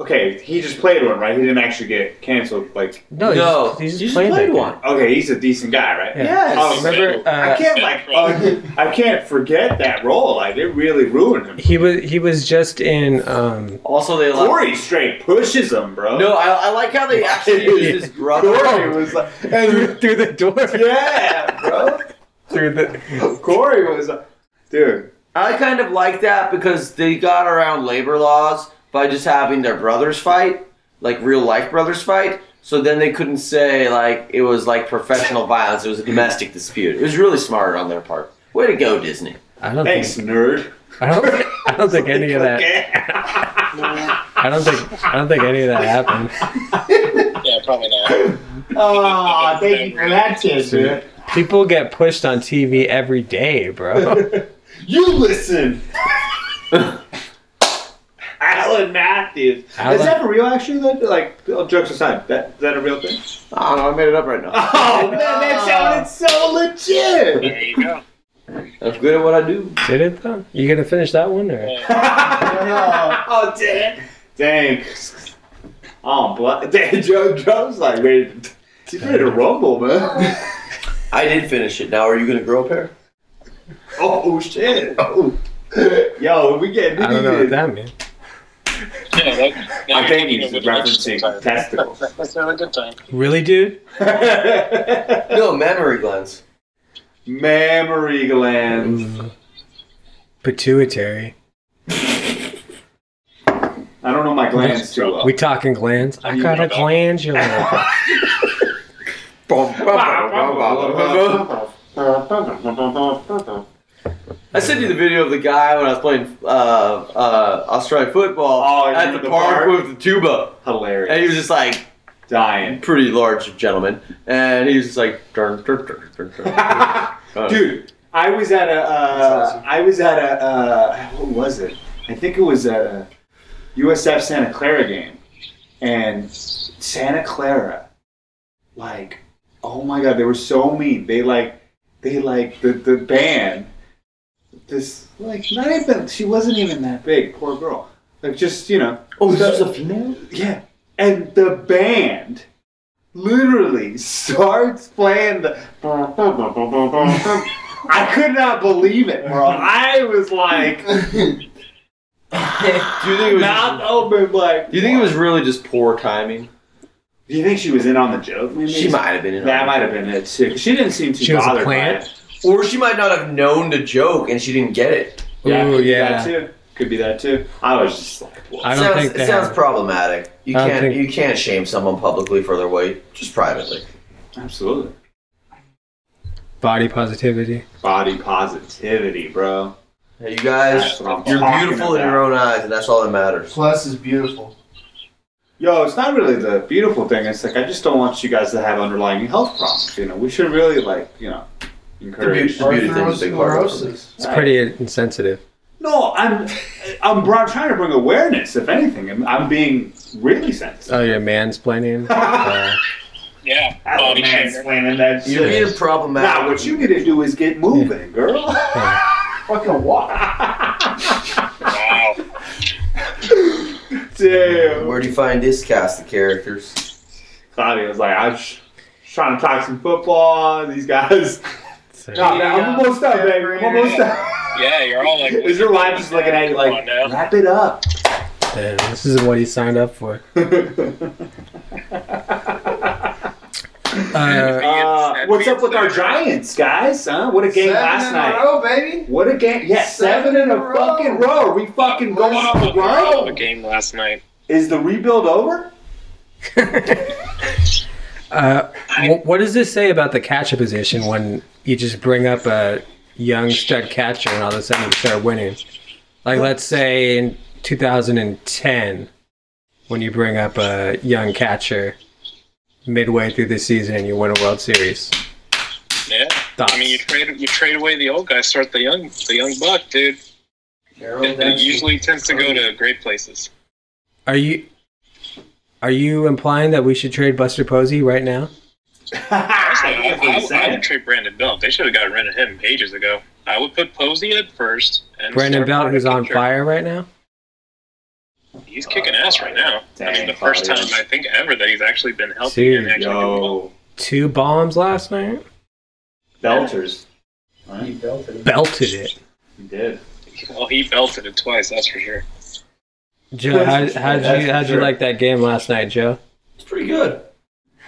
Speaker 3: Okay, he just played one, right? He didn't actually get canceled. Like,
Speaker 4: No, he
Speaker 5: No,
Speaker 4: just, he just
Speaker 5: you just
Speaker 4: played,
Speaker 5: played
Speaker 4: that guy.
Speaker 5: one.
Speaker 3: okay, he's a decent guy, right?
Speaker 4: Yeah.
Speaker 3: Oh,
Speaker 5: Yes.
Speaker 4: Remember,
Speaker 3: I
Speaker 4: uh,
Speaker 3: can't like uh, I can't forget that role. Like it really ruined him.
Speaker 4: he was he was just in um,
Speaker 5: Also, they like.
Speaker 3: Corey straight pushes him, bro.
Speaker 5: No, I, I like how they actually used his brother.
Speaker 3: Corey was like,
Speaker 4: through, through the door.
Speaker 3: yeah, bro.
Speaker 4: Through the
Speaker 3: Corey was, like, dude.
Speaker 5: I kind of like that because they got around labor laws by just having their brothers fight, like real life brothers fight. So then they couldn't say like it was like professional violence; it was a domestic dispute. It was really smart on their part. Way to go, Disney.
Speaker 4: I don't
Speaker 3: Thanks,
Speaker 4: think
Speaker 3: nerd.
Speaker 4: I don't I don't think any of that I don't think I don't think any of that happened.
Speaker 2: Yeah, probably not.
Speaker 6: Oh, thank you for that tip, man.
Speaker 4: People get pushed on TV every day, bro.
Speaker 6: You listen.
Speaker 3: Alan Matthews.
Speaker 4: Alan-
Speaker 3: Is that for real? Actually, that like all jokes aside, that is that a real thing?
Speaker 5: I don't know. I made it up right now.
Speaker 3: Oh man, that sounded so legit.
Speaker 2: There you go.
Speaker 5: I'm good at what I do.
Speaker 4: Did it though? You gonna finish that one or
Speaker 3: oh dang, dang. Oh, but dang, Joe Joe's like ready. to- He's ready to rumble, man.
Speaker 5: I did finish it. Now, are you gonna grow a pair?
Speaker 3: Oh shit. Oh. Yo, we get.
Speaker 4: I don't know what that means.
Speaker 2: Yeah, that, now
Speaker 3: I think
Speaker 2: you're thinking
Speaker 3: he's
Speaker 2: of what Richard's
Speaker 3: referencing
Speaker 2: talking
Speaker 3: testicles.
Speaker 2: about. That's not a good time.
Speaker 4: Really, dude?
Speaker 5: No, mammary glands.
Speaker 3: Mammary glands.
Speaker 4: Pituitary.
Speaker 3: I don't know my glands too well.
Speaker 4: We talking glands? I got a glandula.
Speaker 5: I sent you the video of the guy when I was playing uh, uh, Australian football
Speaker 3: Oh, you
Speaker 5: at
Speaker 3: were
Speaker 5: the,
Speaker 3: the
Speaker 5: park,
Speaker 3: park?
Speaker 5: with the tuba,
Speaker 3: Hilarious.
Speaker 5: and he was just like
Speaker 3: dying.
Speaker 5: pretty large gentleman, and he was just like, "Dun, dun, dun, dun, dun." Uh,
Speaker 3: Dude, I was at a. Uh, I was at a. Uh, what was it? I think it was uh, a USF Santa Clara game, and Santa Clara, like, oh my god, they were so mean. They like, they like the the band. This like not even she wasn't even that big. Poor girl. Like just you know.
Speaker 5: oh, this
Speaker 3: the-
Speaker 5: was a female.
Speaker 3: Yeah, and the band literally starts playing the. I could not believe it, bro. I was like,
Speaker 7: Do you think it was?
Speaker 3: Mouth open, like.
Speaker 7: do you think it was really just poor timing?
Speaker 3: Do you think she was in on the joke? Maybe
Speaker 5: She might have been in.
Speaker 3: That might have been it too. She didn't seem too
Speaker 4: She was a
Speaker 3: bothered
Speaker 4: plant?
Speaker 5: Or she might not have known the joke and she didn't get it.
Speaker 3: by it. Yeah,
Speaker 4: Ooh,
Speaker 3: could
Speaker 4: yeah.
Speaker 3: Be that too. Could be that too. I was just like, well,
Speaker 4: I don't
Speaker 5: sounds,
Speaker 4: think
Speaker 5: it
Speaker 4: that.
Speaker 5: sounds problematic. You
Speaker 4: I don't
Speaker 5: can't
Speaker 4: think-
Speaker 5: you can't shame someone publicly for their way, just privately.
Speaker 3: absolutely.
Speaker 4: body positivity.
Speaker 3: Body positivity, bro.
Speaker 5: Hey, you guys,
Speaker 3: That's what I'm
Speaker 5: you're
Speaker 3: talking
Speaker 5: beautiful in
Speaker 3: about.
Speaker 5: your own eyes, and that's all that matters.
Speaker 7: Plus is beautiful.
Speaker 3: Yo, it's not really the beautiful thing. It's like I just don't want you guys to have underlying health problems. You know, we should really like, you know,
Speaker 5: The, beau-
Speaker 3: encourage.
Speaker 5: the beauty thing is a big part of it.
Speaker 7: Arthrosclerosis.
Speaker 4: It's pretty insensitive.
Speaker 3: No, I'm, I'm, br- I'm trying to bring awareness. If anything, I'm, I'm being really sensitive.
Speaker 4: Oh, you're mansplaining. uh,
Speaker 2: Yeah,
Speaker 6: I don't
Speaker 2: body shaming.
Speaker 6: mansplaining that
Speaker 5: You're
Speaker 6: shit.
Speaker 5: being problematic.
Speaker 3: Nah, what you need to do is get moving, girl.
Speaker 7: Fucking walk.
Speaker 2: Wow.
Speaker 3: Damn.
Speaker 5: Where do you find this cast of characters?
Speaker 3: Claudio's like, I'm sh- trying to talk some football. These guys.
Speaker 4: so-
Speaker 3: No, man, I'm almost done, baby. I'm almost done.
Speaker 2: Yeah, you're all Oh, like.
Speaker 3: Is your wife just looking at you
Speaker 2: Come
Speaker 3: like,
Speaker 2: on now.
Speaker 3: wrap it up?
Speaker 4: Damn, this is what he signed up for. Uh,
Speaker 3: Uh, what's up with our Giants, guys? Huh? What a game
Speaker 7: Seven
Speaker 3: last
Speaker 7: in
Speaker 3: night.
Speaker 7: A row, baby.
Speaker 3: What a game. Yeah, seven,
Speaker 7: Seven
Speaker 3: in a,
Speaker 7: in a row.
Speaker 3: fucking row. Are we fucking going on the
Speaker 2: Of a
Speaker 3: road?
Speaker 2: game last night.
Speaker 3: Is the rebuild over?
Speaker 4: uh, wh- what does this say about the catcher position when you just bring up a young stud catcher and all of a sudden you start winning? Like, let's say in 2010, when you bring up a young catcher midway through the season and you win a World Series.
Speaker 2: Yeah.
Speaker 4: Thoughts?
Speaker 2: I mean, you trade you trade away the old guy, start the young the young buck, dude.
Speaker 5: Carol
Speaker 2: It, it
Speaker 5: Dempsey.
Speaker 2: usually tends to go to great places.
Speaker 4: Are you are you implying that we should trade Buster Posey right now?
Speaker 3: Ah,
Speaker 2: Honestly, I,
Speaker 3: That's what he
Speaker 2: I, I, would
Speaker 3: said.
Speaker 2: trade Brandon Belt. They should have got rid of him ages ago. I would put Posey at first. And
Speaker 4: Brandon
Speaker 2: start
Speaker 4: Belt, who's on
Speaker 2: Pitcher.
Speaker 4: fire right now.
Speaker 2: He's kicking ass right now. I
Speaker 3: Dang,
Speaker 2: mean, the first
Speaker 3: Claudio.
Speaker 2: time I think ever that he's actually been healthy
Speaker 4: Dude,
Speaker 2: and actually doing well.
Speaker 3: Yo,
Speaker 4: Two bombs last night.
Speaker 3: Belters.
Speaker 7: He built it.
Speaker 4: Belted it.
Speaker 3: You did.
Speaker 2: Well, he belted it twice, that's for sure.
Speaker 4: Joe, how, how'd you how'd you like that game last night, Joe?
Speaker 5: It's pretty good.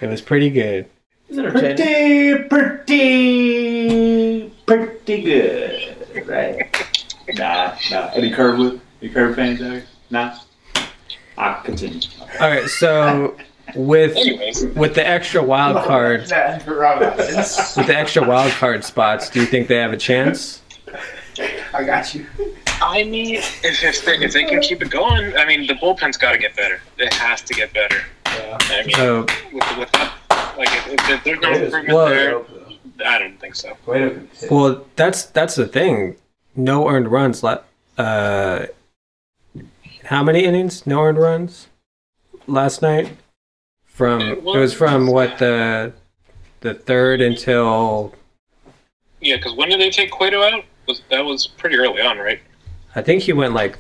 Speaker 4: It was pretty good.
Speaker 5: It's entertaining.
Speaker 3: Pretty, pretty, pretty good. Right? nah, nah. Any curve with any curve fans out here? Nah. I'll continue.
Speaker 4: All right, so with
Speaker 2: Anyways,
Speaker 4: with the extra wild card,
Speaker 7: Nah, Robinson.
Speaker 4: with the extra wild card spots, do you think they have a chance?
Speaker 7: I got you.
Speaker 2: I mean, if, if, they, if they can keep it going, I mean, the bullpen's got to get better. It has to get better.
Speaker 7: Yeah.
Speaker 2: I mean,
Speaker 4: So
Speaker 2: with, with that, like, if, if, there's no
Speaker 7: It is.
Speaker 2: improvement
Speaker 4: Well-
Speaker 2: there, I don't think so.
Speaker 7: Way to hit.
Speaker 4: Well, that's that's the thing. No earned runs. La- uh, how many innings? No earned runs last night. From it
Speaker 2: It
Speaker 4: was from what the the third until
Speaker 2: Yeah, because when did they take Cueto out? Was That was pretty early on, right?
Speaker 4: I think he went like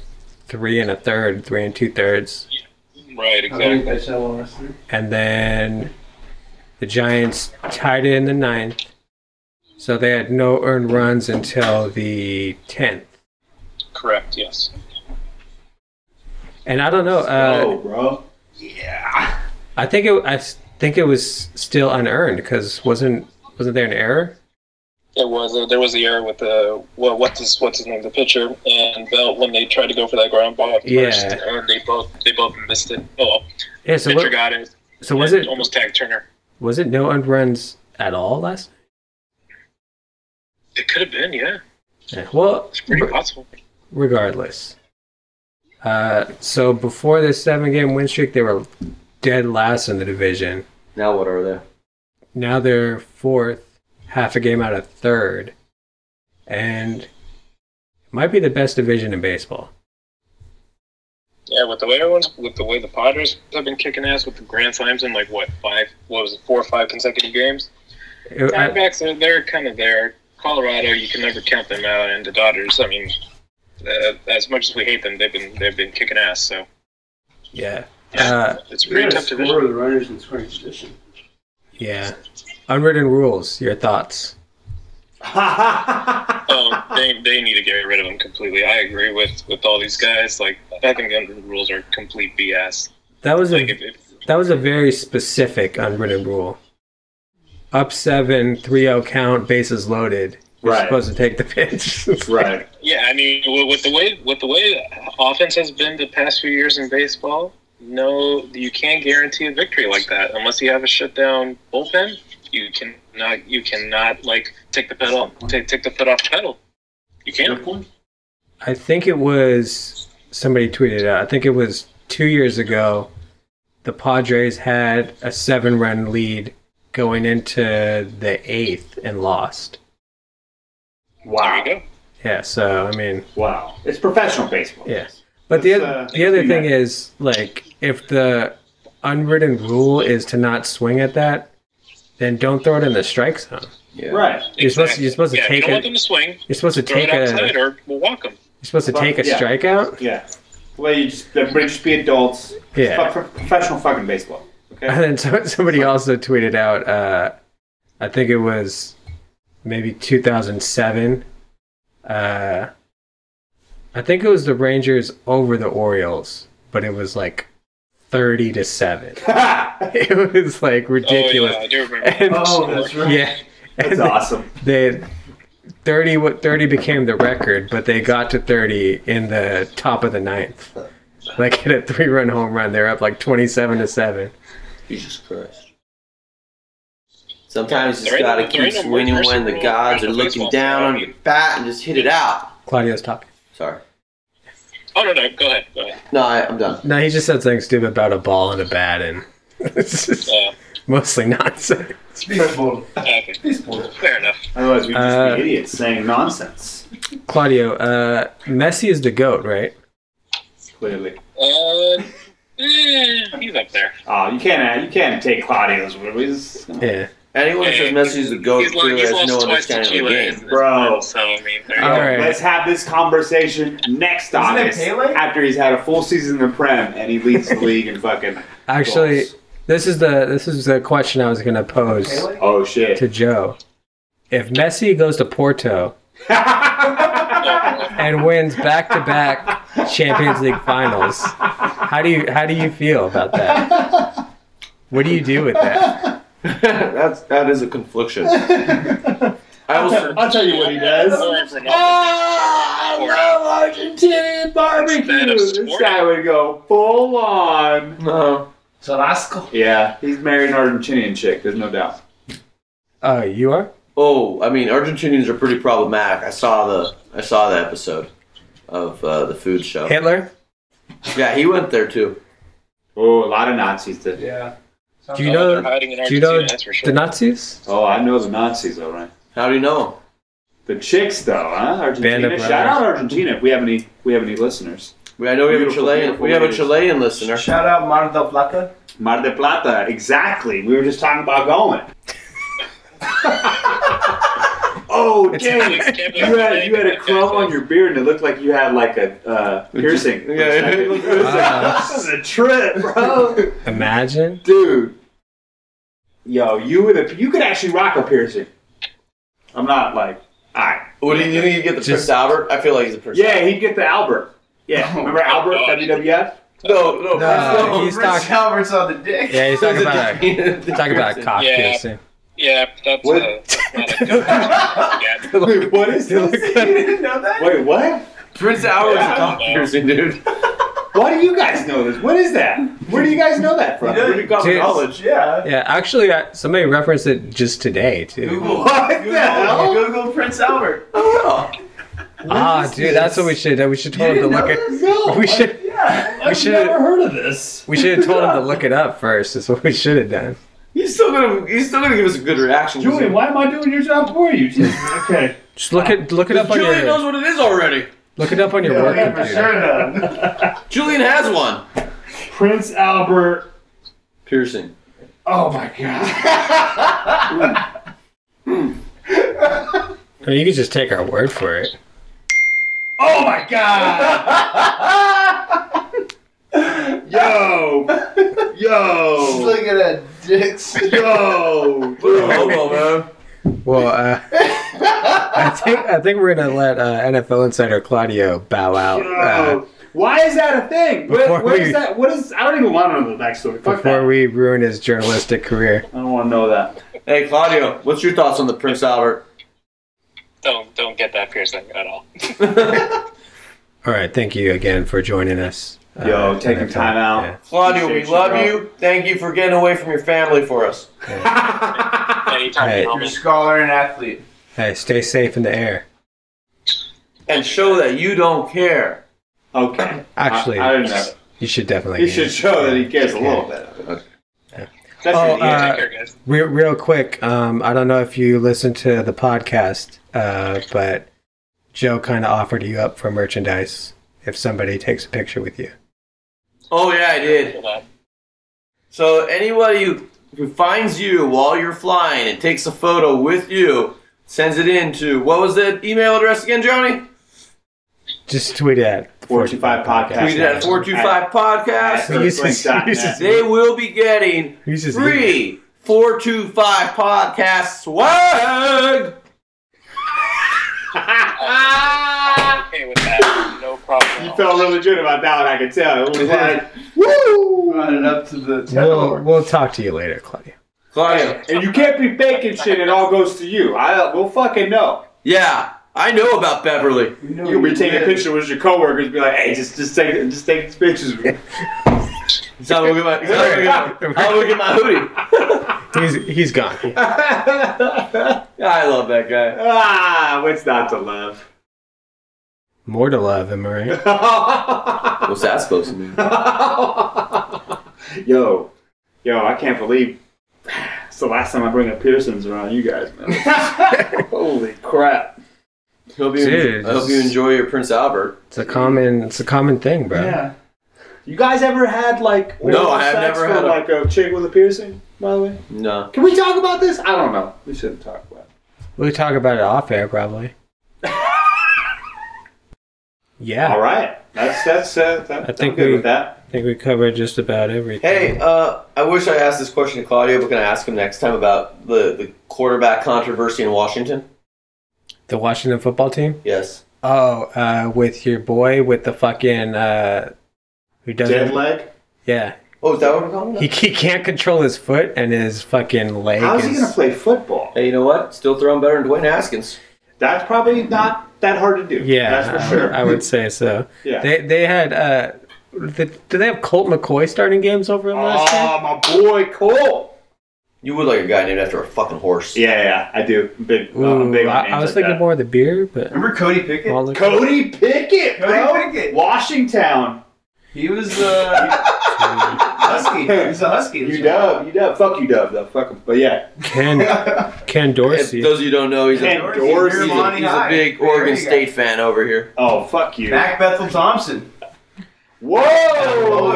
Speaker 4: three and a third, three and two thirds,
Speaker 2: Right,
Speaker 7: I think
Speaker 2: exactly.
Speaker 7: they shall on us through.
Speaker 4: and then the Giants tied it in the ninth. So they had no earned runs until the tenth.
Speaker 2: Correct, yes.
Speaker 4: And I don't know. Uh,
Speaker 3: Oh, bro.
Speaker 4: I think it. I s- think it was still unearned because wasn't wasn't there an error?
Speaker 2: There was a, there was the error with the well, what's his what's his name, the pitcher and Belt when they tried to go for that ground ball at
Speaker 4: Yeah.
Speaker 2: first, and they both they both missed it. Oh, well,
Speaker 4: Yeah. So
Speaker 2: pitcher
Speaker 4: what,
Speaker 2: got it.
Speaker 4: so was
Speaker 2: and
Speaker 4: it
Speaker 2: almost tagged Turner?
Speaker 4: was it no earned runs at all last?
Speaker 2: It could have been, yeah.
Speaker 4: Yeah. Well,
Speaker 2: It's pretty
Speaker 4: re-
Speaker 2: possible.
Speaker 4: regardless. Uh, so before this seven-game win streak, they were dead last in the division.
Speaker 5: Now what are they?
Speaker 4: Now they're fourth, half a game out of third, and might be the best division in baseball.
Speaker 2: Yeah, with the way everyone's with the way the Padres have been kicking ass with the grand slams in like what five? What was it? Four or five consecutive games.
Speaker 4: It- uh, I-
Speaker 2: Diamondbacks, they're, they're kind of there. Colorado, you can never count them out, and the Dodgers. I mean, uh, as much as we hate them, they've been they've been kicking ass. So
Speaker 4: yeah. Uh,
Speaker 2: it's a
Speaker 7: We're
Speaker 2: pretty
Speaker 7: gonna
Speaker 2: tough
Speaker 7: score
Speaker 2: division.
Speaker 7: the runners in scoring position.
Speaker 4: Yeah. Unwritten rules, your thoughts.
Speaker 2: Um, they, they need to get rid of him completely. I agree with, with all these guys. Like Beckham gun rules are complete BS.
Speaker 4: That was
Speaker 2: Like
Speaker 4: a
Speaker 2: if, if
Speaker 4: that was a very specific unwritten rule. Up seven, 3-0 count, bases loaded. You're
Speaker 3: Right.
Speaker 4: supposed to take the pitch.
Speaker 3: right.
Speaker 2: yeah, I mean with, with the way with the way offense has been the past few years in baseball, no, you can't guarantee a victory like that unless you have a shut down bullpen. You cannot you cannot like take the pedal take take the foot off the pedal. You can't.
Speaker 4: I think it was somebody tweeted out. I think it was two years ago. The Padres had a seven-run lead going into the eighth and lost.
Speaker 3: Wow.
Speaker 2: There you go.
Speaker 4: Yeah, so I mean,
Speaker 3: Wow. It's professional baseball.
Speaker 4: yeah. But the
Speaker 6: That's,
Speaker 4: oth-
Speaker 6: uh,
Speaker 4: the other
Speaker 6: you
Speaker 4: thing
Speaker 6: got-
Speaker 4: is like if the unwritten rule is to not swing at that, then don't throw it in the strike zone.
Speaker 5: Yeah.
Speaker 3: Right.
Speaker 4: You're supposed to- you're supposed to
Speaker 2: yeah,
Speaker 4: take
Speaker 2: Don't
Speaker 4: it-
Speaker 2: want them to swing.
Speaker 4: You're supposed to
Speaker 2: Throw it
Speaker 4: take a
Speaker 2: outside
Speaker 4: you're
Speaker 2: or we'll walk them.
Speaker 4: supposed to
Speaker 3: But-
Speaker 4: take a
Speaker 3: yeah.
Speaker 4: strikeout.
Speaker 3: Yeah. Well, you just everybody just be adults.
Speaker 4: Yeah.
Speaker 3: Fuck pro- professional fucking baseball.
Speaker 4: And
Speaker 3: Okay.
Speaker 4: then so- somebody also tweeted out, uh, I think it was maybe 2007. Uh, I think it was the Rangers over the Orioles, but it was like 30 to 7. it was like ridiculous.
Speaker 2: Oh, yeah, I do remember.
Speaker 4: And-
Speaker 5: Oh, that's right.
Speaker 4: yeah.
Speaker 3: That's
Speaker 4: And
Speaker 3: awesome.
Speaker 4: they, 30, what 30 became the record, but they got to 30 in the top of the ninth. Like hit a three run home run. They're up like 27 to 7.
Speaker 5: Jesus Christ. Sometimes you
Speaker 2: There
Speaker 5: just
Speaker 2: ain't-
Speaker 5: gotta
Speaker 2: there
Speaker 5: keep
Speaker 2: ain't no more
Speaker 5: swinging when the
Speaker 2: personal
Speaker 5: gods are
Speaker 2: professional
Speaker 5: looking
Speaker 2: baseball
Speaker 5: down
Speaker 2: player.
Speaker 5: on your bat and just hit it out.
Speaker 4: Claudio's talking.
Speaker 5: Sorry.
Speaker 2: Oh no no, go ahead. Go ahead.
Speaker 5: No, I, I'm done.
Speaker 4: No, he just said something stupid about a ball and a bat, and it's just
Speaker 2: Uh,
Speaker 4: mostly nonsense.
Speaker 6: Baseball.
Speaker 2: okay.
Speaker 7: Baseball.
Speaker 2: Fair enough.
Speaker 3: Otherwise, we'd just
Speaker 4: Uh,
Speaker 3: be idiots saying nonsense.
Speaker 4: Claudio, uh, Messi is the goat, right?
Speaker 3: Clearly.
Speaker 2: Uh, eh, he's up there.
Speaker 3: Oh, you can't. You can't take Claudio's words.
Speaker 4: Yeah.
Speaker 5: Anyone
Speaker 2: Hey,
Speaker 5: who says Messi's a goat
Speaker 2: he's lo-
Speaker 5: clearly
Speaker 2: he's
Speaker 5: has
Speaker 2: lost
Speaker 5: no
Speaker 2: twice to
Speaker 5: understanding of
Speaker 2: Chile,
Speaker 5: the
Speaker 2: is-
Speaker 5: game.
Speaker 2: is
Speaker 3: Bro.
Speaker 2: mine, So I mean, there you
Speaker 4: All
Speaker 2: go.
Speaker 4: right.
Speaker 3: Let's have this conversation next
Speaker 7: it
Speaker 3: August
Speaker 7: Pele?
Speaker 3: after he's had a full season in the Prem and he leads the league in fucking.
Speaker 4: Actually,
Speaker 3: goals.
Speaker 4: this is the this is the question I was gonna pose
Speaker 7: Pele?
Speaker 3: Oh shit.
Speaker 4: to Joe. If Messi goes to Porto and wins back-to-back Champions League finals, how do you how do you feel about that? What do you do with that?
Speaker 5: That's that is a confliction. I will.
Speaker 6: I'll tell you what he does.
Speaker 2: Sorry for
Speaker 4: Oh!
Speaker 2: nothing.
Speaker 3: Ah, I love Argentinian
Speaker 2: Instead of sport.
Speaker 3: This guy would go full on.
Speaker 5: No.
Speaker 7: Tarasco.
Speaker 3: Yeah, he's married an Argentinian chick. There's no doubt.
Speaker 4: Oh, you are?
Speaker 5: Oh, I mean, Argentinians are pretty problematic. I saw the I saw the episode of uh, the food show.
Speaker 4: Hitler?
Speaker 5: Yeah, he went there too.
Speaker 3: Oh, a lot of Nazis did.
Speaker 7: Yeah.
Speaker 4: Do you know
Speaker 2: They're hiding in
Speaker 4: do you know
Speaker 2: Argentina, that's for sure.
Speaker 4: the Nazis?
Speaker 3: Oh, I know the Nazis, all right.
Speaker 5: How do you know?
Speaker 3: The chicks, though, huh? Argentina.
Speaker 4: of
Speaker 3: Shout out Argentina if we have any. We have any listeners.
Speaker 5: We, I know we have a
Speaker 3: Beautiful,
Speaker 5: Chilean.
Speaker 3: beautiful
Speaker 5: We have a
Speaker 3: ladies.
Speaker 5: Chilean listener.
Speaker 7: Shout out Mar del Plata.
Speaker 3: Mar de Plata, exactly. We were just talking about going. oh, dude.
Speaker 2: Can't believe
Speaker 3: You had, you had a
Speaker 2: that.
Speaker 3: crumb on your beard and it looked like you had like a uh, piercing. for a
Speaker 5: Yeah.
Speaker 3: second. It was like, this is a trip, bro.
Speaker 4: Imagine.
Speaker 3: Dude. Yo, you with a, you could actually rock a piercing. I'm not like, alright.
Speaker 5: What do you, you think? You get the Prince Albert? I feel like he's a Prince.
Speaker 3: Yeah, he'd get the Albert. Yeah, remember Albert,
Speaker 2: God.
Speaker 3: WWF?
Speaker 5: No, no,
Speaker 4: No,
Speaker 5: no.
Speaker 4: he's
Speaker 7: Rich
Speaker 4: talking-
Speaker 7: Albert's on the dick.
Speaker 4: Yeah, he's talking about a, talking about a cock
Speaker 2: Yeah.
Speaker 4: piercing.
Speaker 2: Yeah, that's
Speaker 3: What?
Speaker 2: uh, not a good yeah,
Speaker 3: Wait, what is this?
Speaker 7: you didn't know that?
Speaker 3: Wait, what?
Speaker 5: Prince Albert's a cock
Speaker 2: Yeah.
Speaker 5: piercing, dude.
Speaker 3: Why do you guys know this? What is that? Where do you guys know that from?
Speaker 7: You
Speaker 5: Where you got the
Speaker 4: Dude.
Speaker 5: knowledge?
Speaker 7: Yeah.
Speaker 4: Yeah, actually, I, somebody referenced it just today too.
Speaker 7: Google.
Speaker 3: What the
Speaker 7: Google,
Speaker 3: hell?
Speaker 7: Google Prince Albert.
Speaker 5: Oh,
Speaker 4: Ah, dude, that's what we should. We should tell him to look at.
Speaker 7: No.
Speaker 4: We should.
Speaker 7: Yeah.
Speaker 4: We
Speaker 6: I've
Speaker 4: should.
Speaker 6: never heard of this.
Speaker 4: We should have told him to look it up first. Is what we should have done.
Speaker 5: He's still gonna he's still gonna give us a good reaction.
Speaker 6: Julian, why am I doing your job for you? Jesus, okay.
Speaker 4: Just look it. Look it up on
Speaker 5: Julian knows
Speaker 4: your.
Speaker 5: what it is already.
Speaker 4: Look it up on your work
Speaker 6: Yeah, for sure
Speaker 4: computer.
Speaker 6: done.
Speaker 5: Julian has one.
Speaker 6: Prince Albert.
Speaker 5: Piercing.
Speaker 6: Oh my god.
Speaker 4: I mean, you can just take our word for it.
Speaker 6: Oh my god. Yo. Yo.
Speaker 7: Look at that dick.
Speaker 6: Yo.
Speaker 4: Oh,
Speaker 5: Put a logo, man.
Speaker 4: Well, uh, I think I think we're gonna let uh, NFL insider Claudio bow out
Speaker 3: Oh,
Speaker 4: uh,
Speaker 6: Yo, why is that a thing? Where-
Speaker 4: Before
Speaker 6: where is
Speaker 4: we-
Speaker 6: that? What is? I don't even want to know the backstory. Fuck that.
Speaker 4: before we ruin his journalistic career.
Speaker 6: I don't want to know that.
Speaker 5: Hey, Claudio, what's your thoughts on the Prince Albert?
Speaker 2: Don't don't get that piercing at all.
Speaker 4: All right, thank you again for joining us. Uh,
Speaker 3: Yo, taking
Speaker 4: NFL.
Speaker 3: time out.
Speaker 4: Yeah.
Speaker 5: Claudio, we
Speaker 3: Appreciate you,
Speaker 5: love
Speaker 3: bro.
Speaker 5: you. Thank you for getting away from your family for us.
Speaker 2: Anytime
Speaker 4: Hey.
Speaker 2: you
Speaker 7: You're
Speaker 2: help
Speaker 7: a scholar and athlete.
Speaker 4: Hey, stay safe in the air.
Speaker 5: And show that you don't care.
Speaker 3: Okay.
Speaker 4: Actually,
Speaker 3: I, I don't know.
Speaker 4: you should definitely.
Speaker 3: He should show that he cares a little bit. Of it. That's
Speaker 4: Oh,
Speaker 3: really it.
Speaker 4: uh,
Speaker 2: Take care, guys.
Speaker 4: Real, real quick, um, I don't know if you listened to the podcast, uh, but Joe kind of offered you up for merchandise if somebody takes a picture with you.
Speaker 5: Oh, yeah, I did.
Speaker 2: For that.
Speaker 5: So, anybody who, who finds you while you're flying and takes a photo with you sends it in to what was the email address again, Johnny?
Speaker 4: Just tweet at
Speaker 3: 425 podcast.
Speaker 5: Tweet it at 425 Podcast.
Speaker 3: At-
Speaker 4: Uses- uses-
Speaker 5: They will be getting
Speaker 4: He's just
Speaker 5: free 425 Podcast swag.
Speaker 2: I'm okay with that. No problem. at
Speaker 3: You
Speaker 2: all.
Speaker 3: felt real legit about that one, I could tell. It was like,
Speaker 7: Brought it up to the
Speaker 4: We'll,
Speaker 7: tower.
Speaker 4: we'll talk to you later, Claudia.
Speaker 5: Claudio.
Speaker 3: and you can't be faking shit, it all goes to you. I, we'll fucking know.
Speaker 5: Yeah, I know about Beverly.
Speaker 7: We know
Speaker 3: You'll be
Speaker 7: you
Speaker 3: taking
Speaker 7: live.
Speaker 3: pictures with your coworkers, be like, hey, just just take just take these pictures.
Speaker 5: He's not looking at my, he's not looking at my, I'll look at my hoodie.
Speaker 4: He's he's gone.
Speaker 5: I love that guy.
Speaker 3: ah, what's not to love?
Speaker 4: More to love, am I right?
Speaker 5: What's that supposed to mean?
Speaker 3: yo, yo, I can't believe it's the last time I bring up Pearsons around you guys, man. Holy crap.
Speaker 5: Hope you,
Speaker 4: Dude,
Speaker 5: I hope you enjoy your Prince Albert.
Speaker 4: It's a common it's a common thing, bro.
Speaker 6: Yeah.
Speaker 3: You guys ever had like
Speaker 5: No,
Speaker 3: oral
Speaker 5: I have
Speaker 3: sex
Speaker 5: never
Speaker 3: from,
Speaker 5: had a-
Speaker 3: like a chick with a piercing? By the way,
Speaker 5: No.
Speaker 3: can we talk about this? I don't know. We shouldn't talk about. it.
Speaker 4: We'll talk about it off air probably. yeah.
Speaker 3: All right, that's that's uh, that, I
Speaker 4: think
Speaker 3: think I'm good
Speaker 4: we-
Speaker 3: with that.
Speaker 4: I think we covered just about everything.
Speaker 5: Hey, uh, I wish I asked this question to Claudio, but can I ask him next time about the, the quarterback controversy in Washington?
Speaker 4: The Washington football team?
Speaker 5: Yes.
Speaker 4: Oh, uh, with your boy with the fucking uh who
Speaker 3: Dead
Speaker 4: doesn't
Speaker 3: leg.
Speaker 4: Yeah.
Speaker 5: Oh, is that what we're calling
Speaker 4: He,
Speaker 5: it?
Speaker 4: he can't control his foot and his fucking leg
Speaker 3: How's
Speaker 4: is
Speaker 3: he gonna play football?
Speaker 5: Hey, you know what? Still throwing better than Dwayne Haskins.
Speaker 3: That's probably not that hard to do.
Speaker 4: Yeah,
Speaker 3: that's
Speaker 4: I
Speaker 3: for
Speaker 4: would-
Speaker 3: sure.
Speaker 4: I would say so.
Speaker 3: Yeah.
Speaker 4: They they had uh the, do they have Colt McCoy starting games over him last year?
Speaker 3: Oh, my boy Cole.
Speaker 5: You would like a guy named after a fucking horse.
Speaker 3: Yeah, yeah, I do. I'm big, uh, I'm
Speaker 4: Ooh,
Speaker 3: big on
Speaker 4: I,
Speaker 3: names
Speaker 4: I was
Speaker 3: like
Speaker 4: thinking
Speaker 3: that.
Speaker 4: more of the beer, but
Speaker 7: Remember Cody Pickett?
Speaker 4: I'll look-
Speaker 3: Cody Pickett,
Speaker 7: Cody
Speaker 3: bro.
Speaker 7: Pickett.
Speaker 3: Washington.
Speaker 7: He was uh, husky. He was a husky.
Speaker 3: You dub, you dub. Fuck you, dub though. Fuck him. But yeah,
Speaker 4: Ken Ken
Speaker 5: If
Speaker 4: Dorsey.
Speaker 5: those of you don't know, he's
Speaker 3: Ken
Speaker 5: a,
Speaker 3: Dorsey. Dorsey.
Speaker 5: he's a, he's a big Oregon State fan over here.
Speaker 3: Oh, fuck you.
Speaker 7: Mac Bethel Thompson. Lola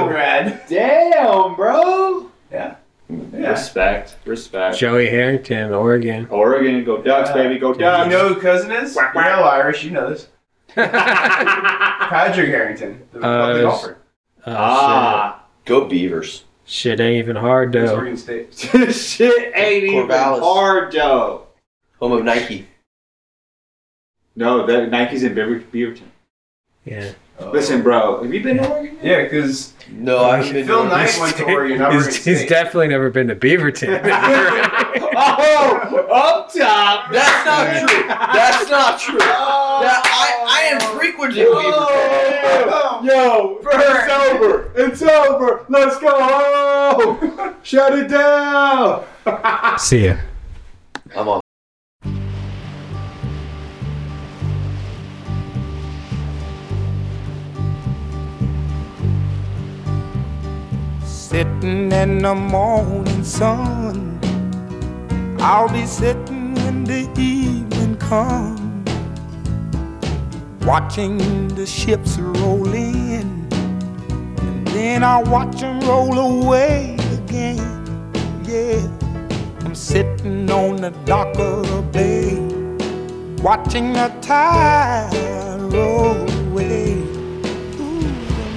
Speaker 3: Whoa!
Speaker 7: grad.
Speaker 3: Damn, bro.
Speaker 7: Yeah. Yeah.
Speaker 3: Respect. Respect.
Speaker 4: Joey Harrington, Oregon.
Speaker 3: Oregon, go Ducks,
Speaker 7: Yeah.
Speaker 3: baby, go
Speaker 7: You
Speaker 3: Ducks.
Speaker 7: know who cousin is?
Speaker 3: Quack,
Speaker 7: You
Speaker 3: quack.
Speaker 7: know Irish. You know this. Patrick Harrington, the,
Speaker 4: Uh,
Speaker 7: the golfer.
Speaker 4: Oh,
Speaker 3: ah,
Speaker 5: Go Beavers.
Speaker 4: shit. shit ain't even hard
Speaker 7: He's
Speaker 4: though.
Speaker 7: Oregon State.
Speaker 3: shit ain't even
Speaker 5: Corvallis.
Speaker 3: hard, though.
Speaker 5: Home of Nike.
Speaker 3: No, the Nike's in Beaver- Beaverton.
Speaker 4: Yeah.
Speaker 3: Listen, bro, have you been to Oregon?
Speaker 7: Oh. Yeah, because
Speaker 5: No, I haven't been to
Speaker 7: Phil
Speaker 5: Oregon.
Speaker 7: Knight went to Oregon. not Oregon
Speaker 4: He's, he's
Speaker 7: State.
Speaker 4: definitely never been to Beaverton.
Speaker 3: oh, up top.
Speaker 5: That's not true. That's not true. That, I, I am frequenting Beaverton.
Speaker 3: Oh, Yo, yo, it's over. It's over. Let's go home. Shut it down.
Speaker 4: See ya.
Speaker 5: I'm on.
Speaker 8: Sitting in the morning sun. I'll be sitting when the evening comes. Watching the ships roll in. And then I'll watch 'em roll away again. Yeah. I'm sitting on the dock of the bay. Watching the tide roll away. Ooh, I'm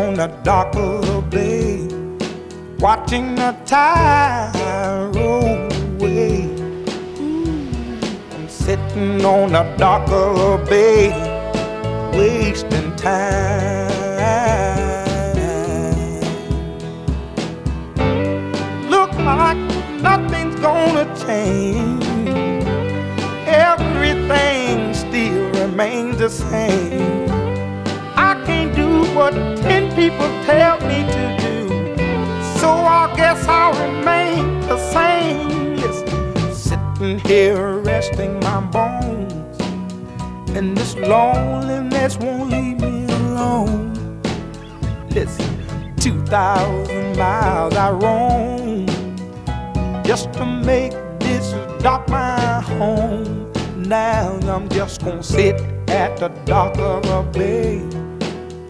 Speaker 8: on the dock of the bay, watching the tide roll away. Mm, I'm sitting on the dock of the bay, wasting time. Look like nothing's gonna change. Everything still remains the same. I can't do what ten people tell me to do. So I guess I'll remain the same. Yes, sitting here resting my bones. And this loneliness won't leave me alone. Listen, 2,000 miles I roam just to make this dock my home. Now I'm just gonna sit at the dock of a bay,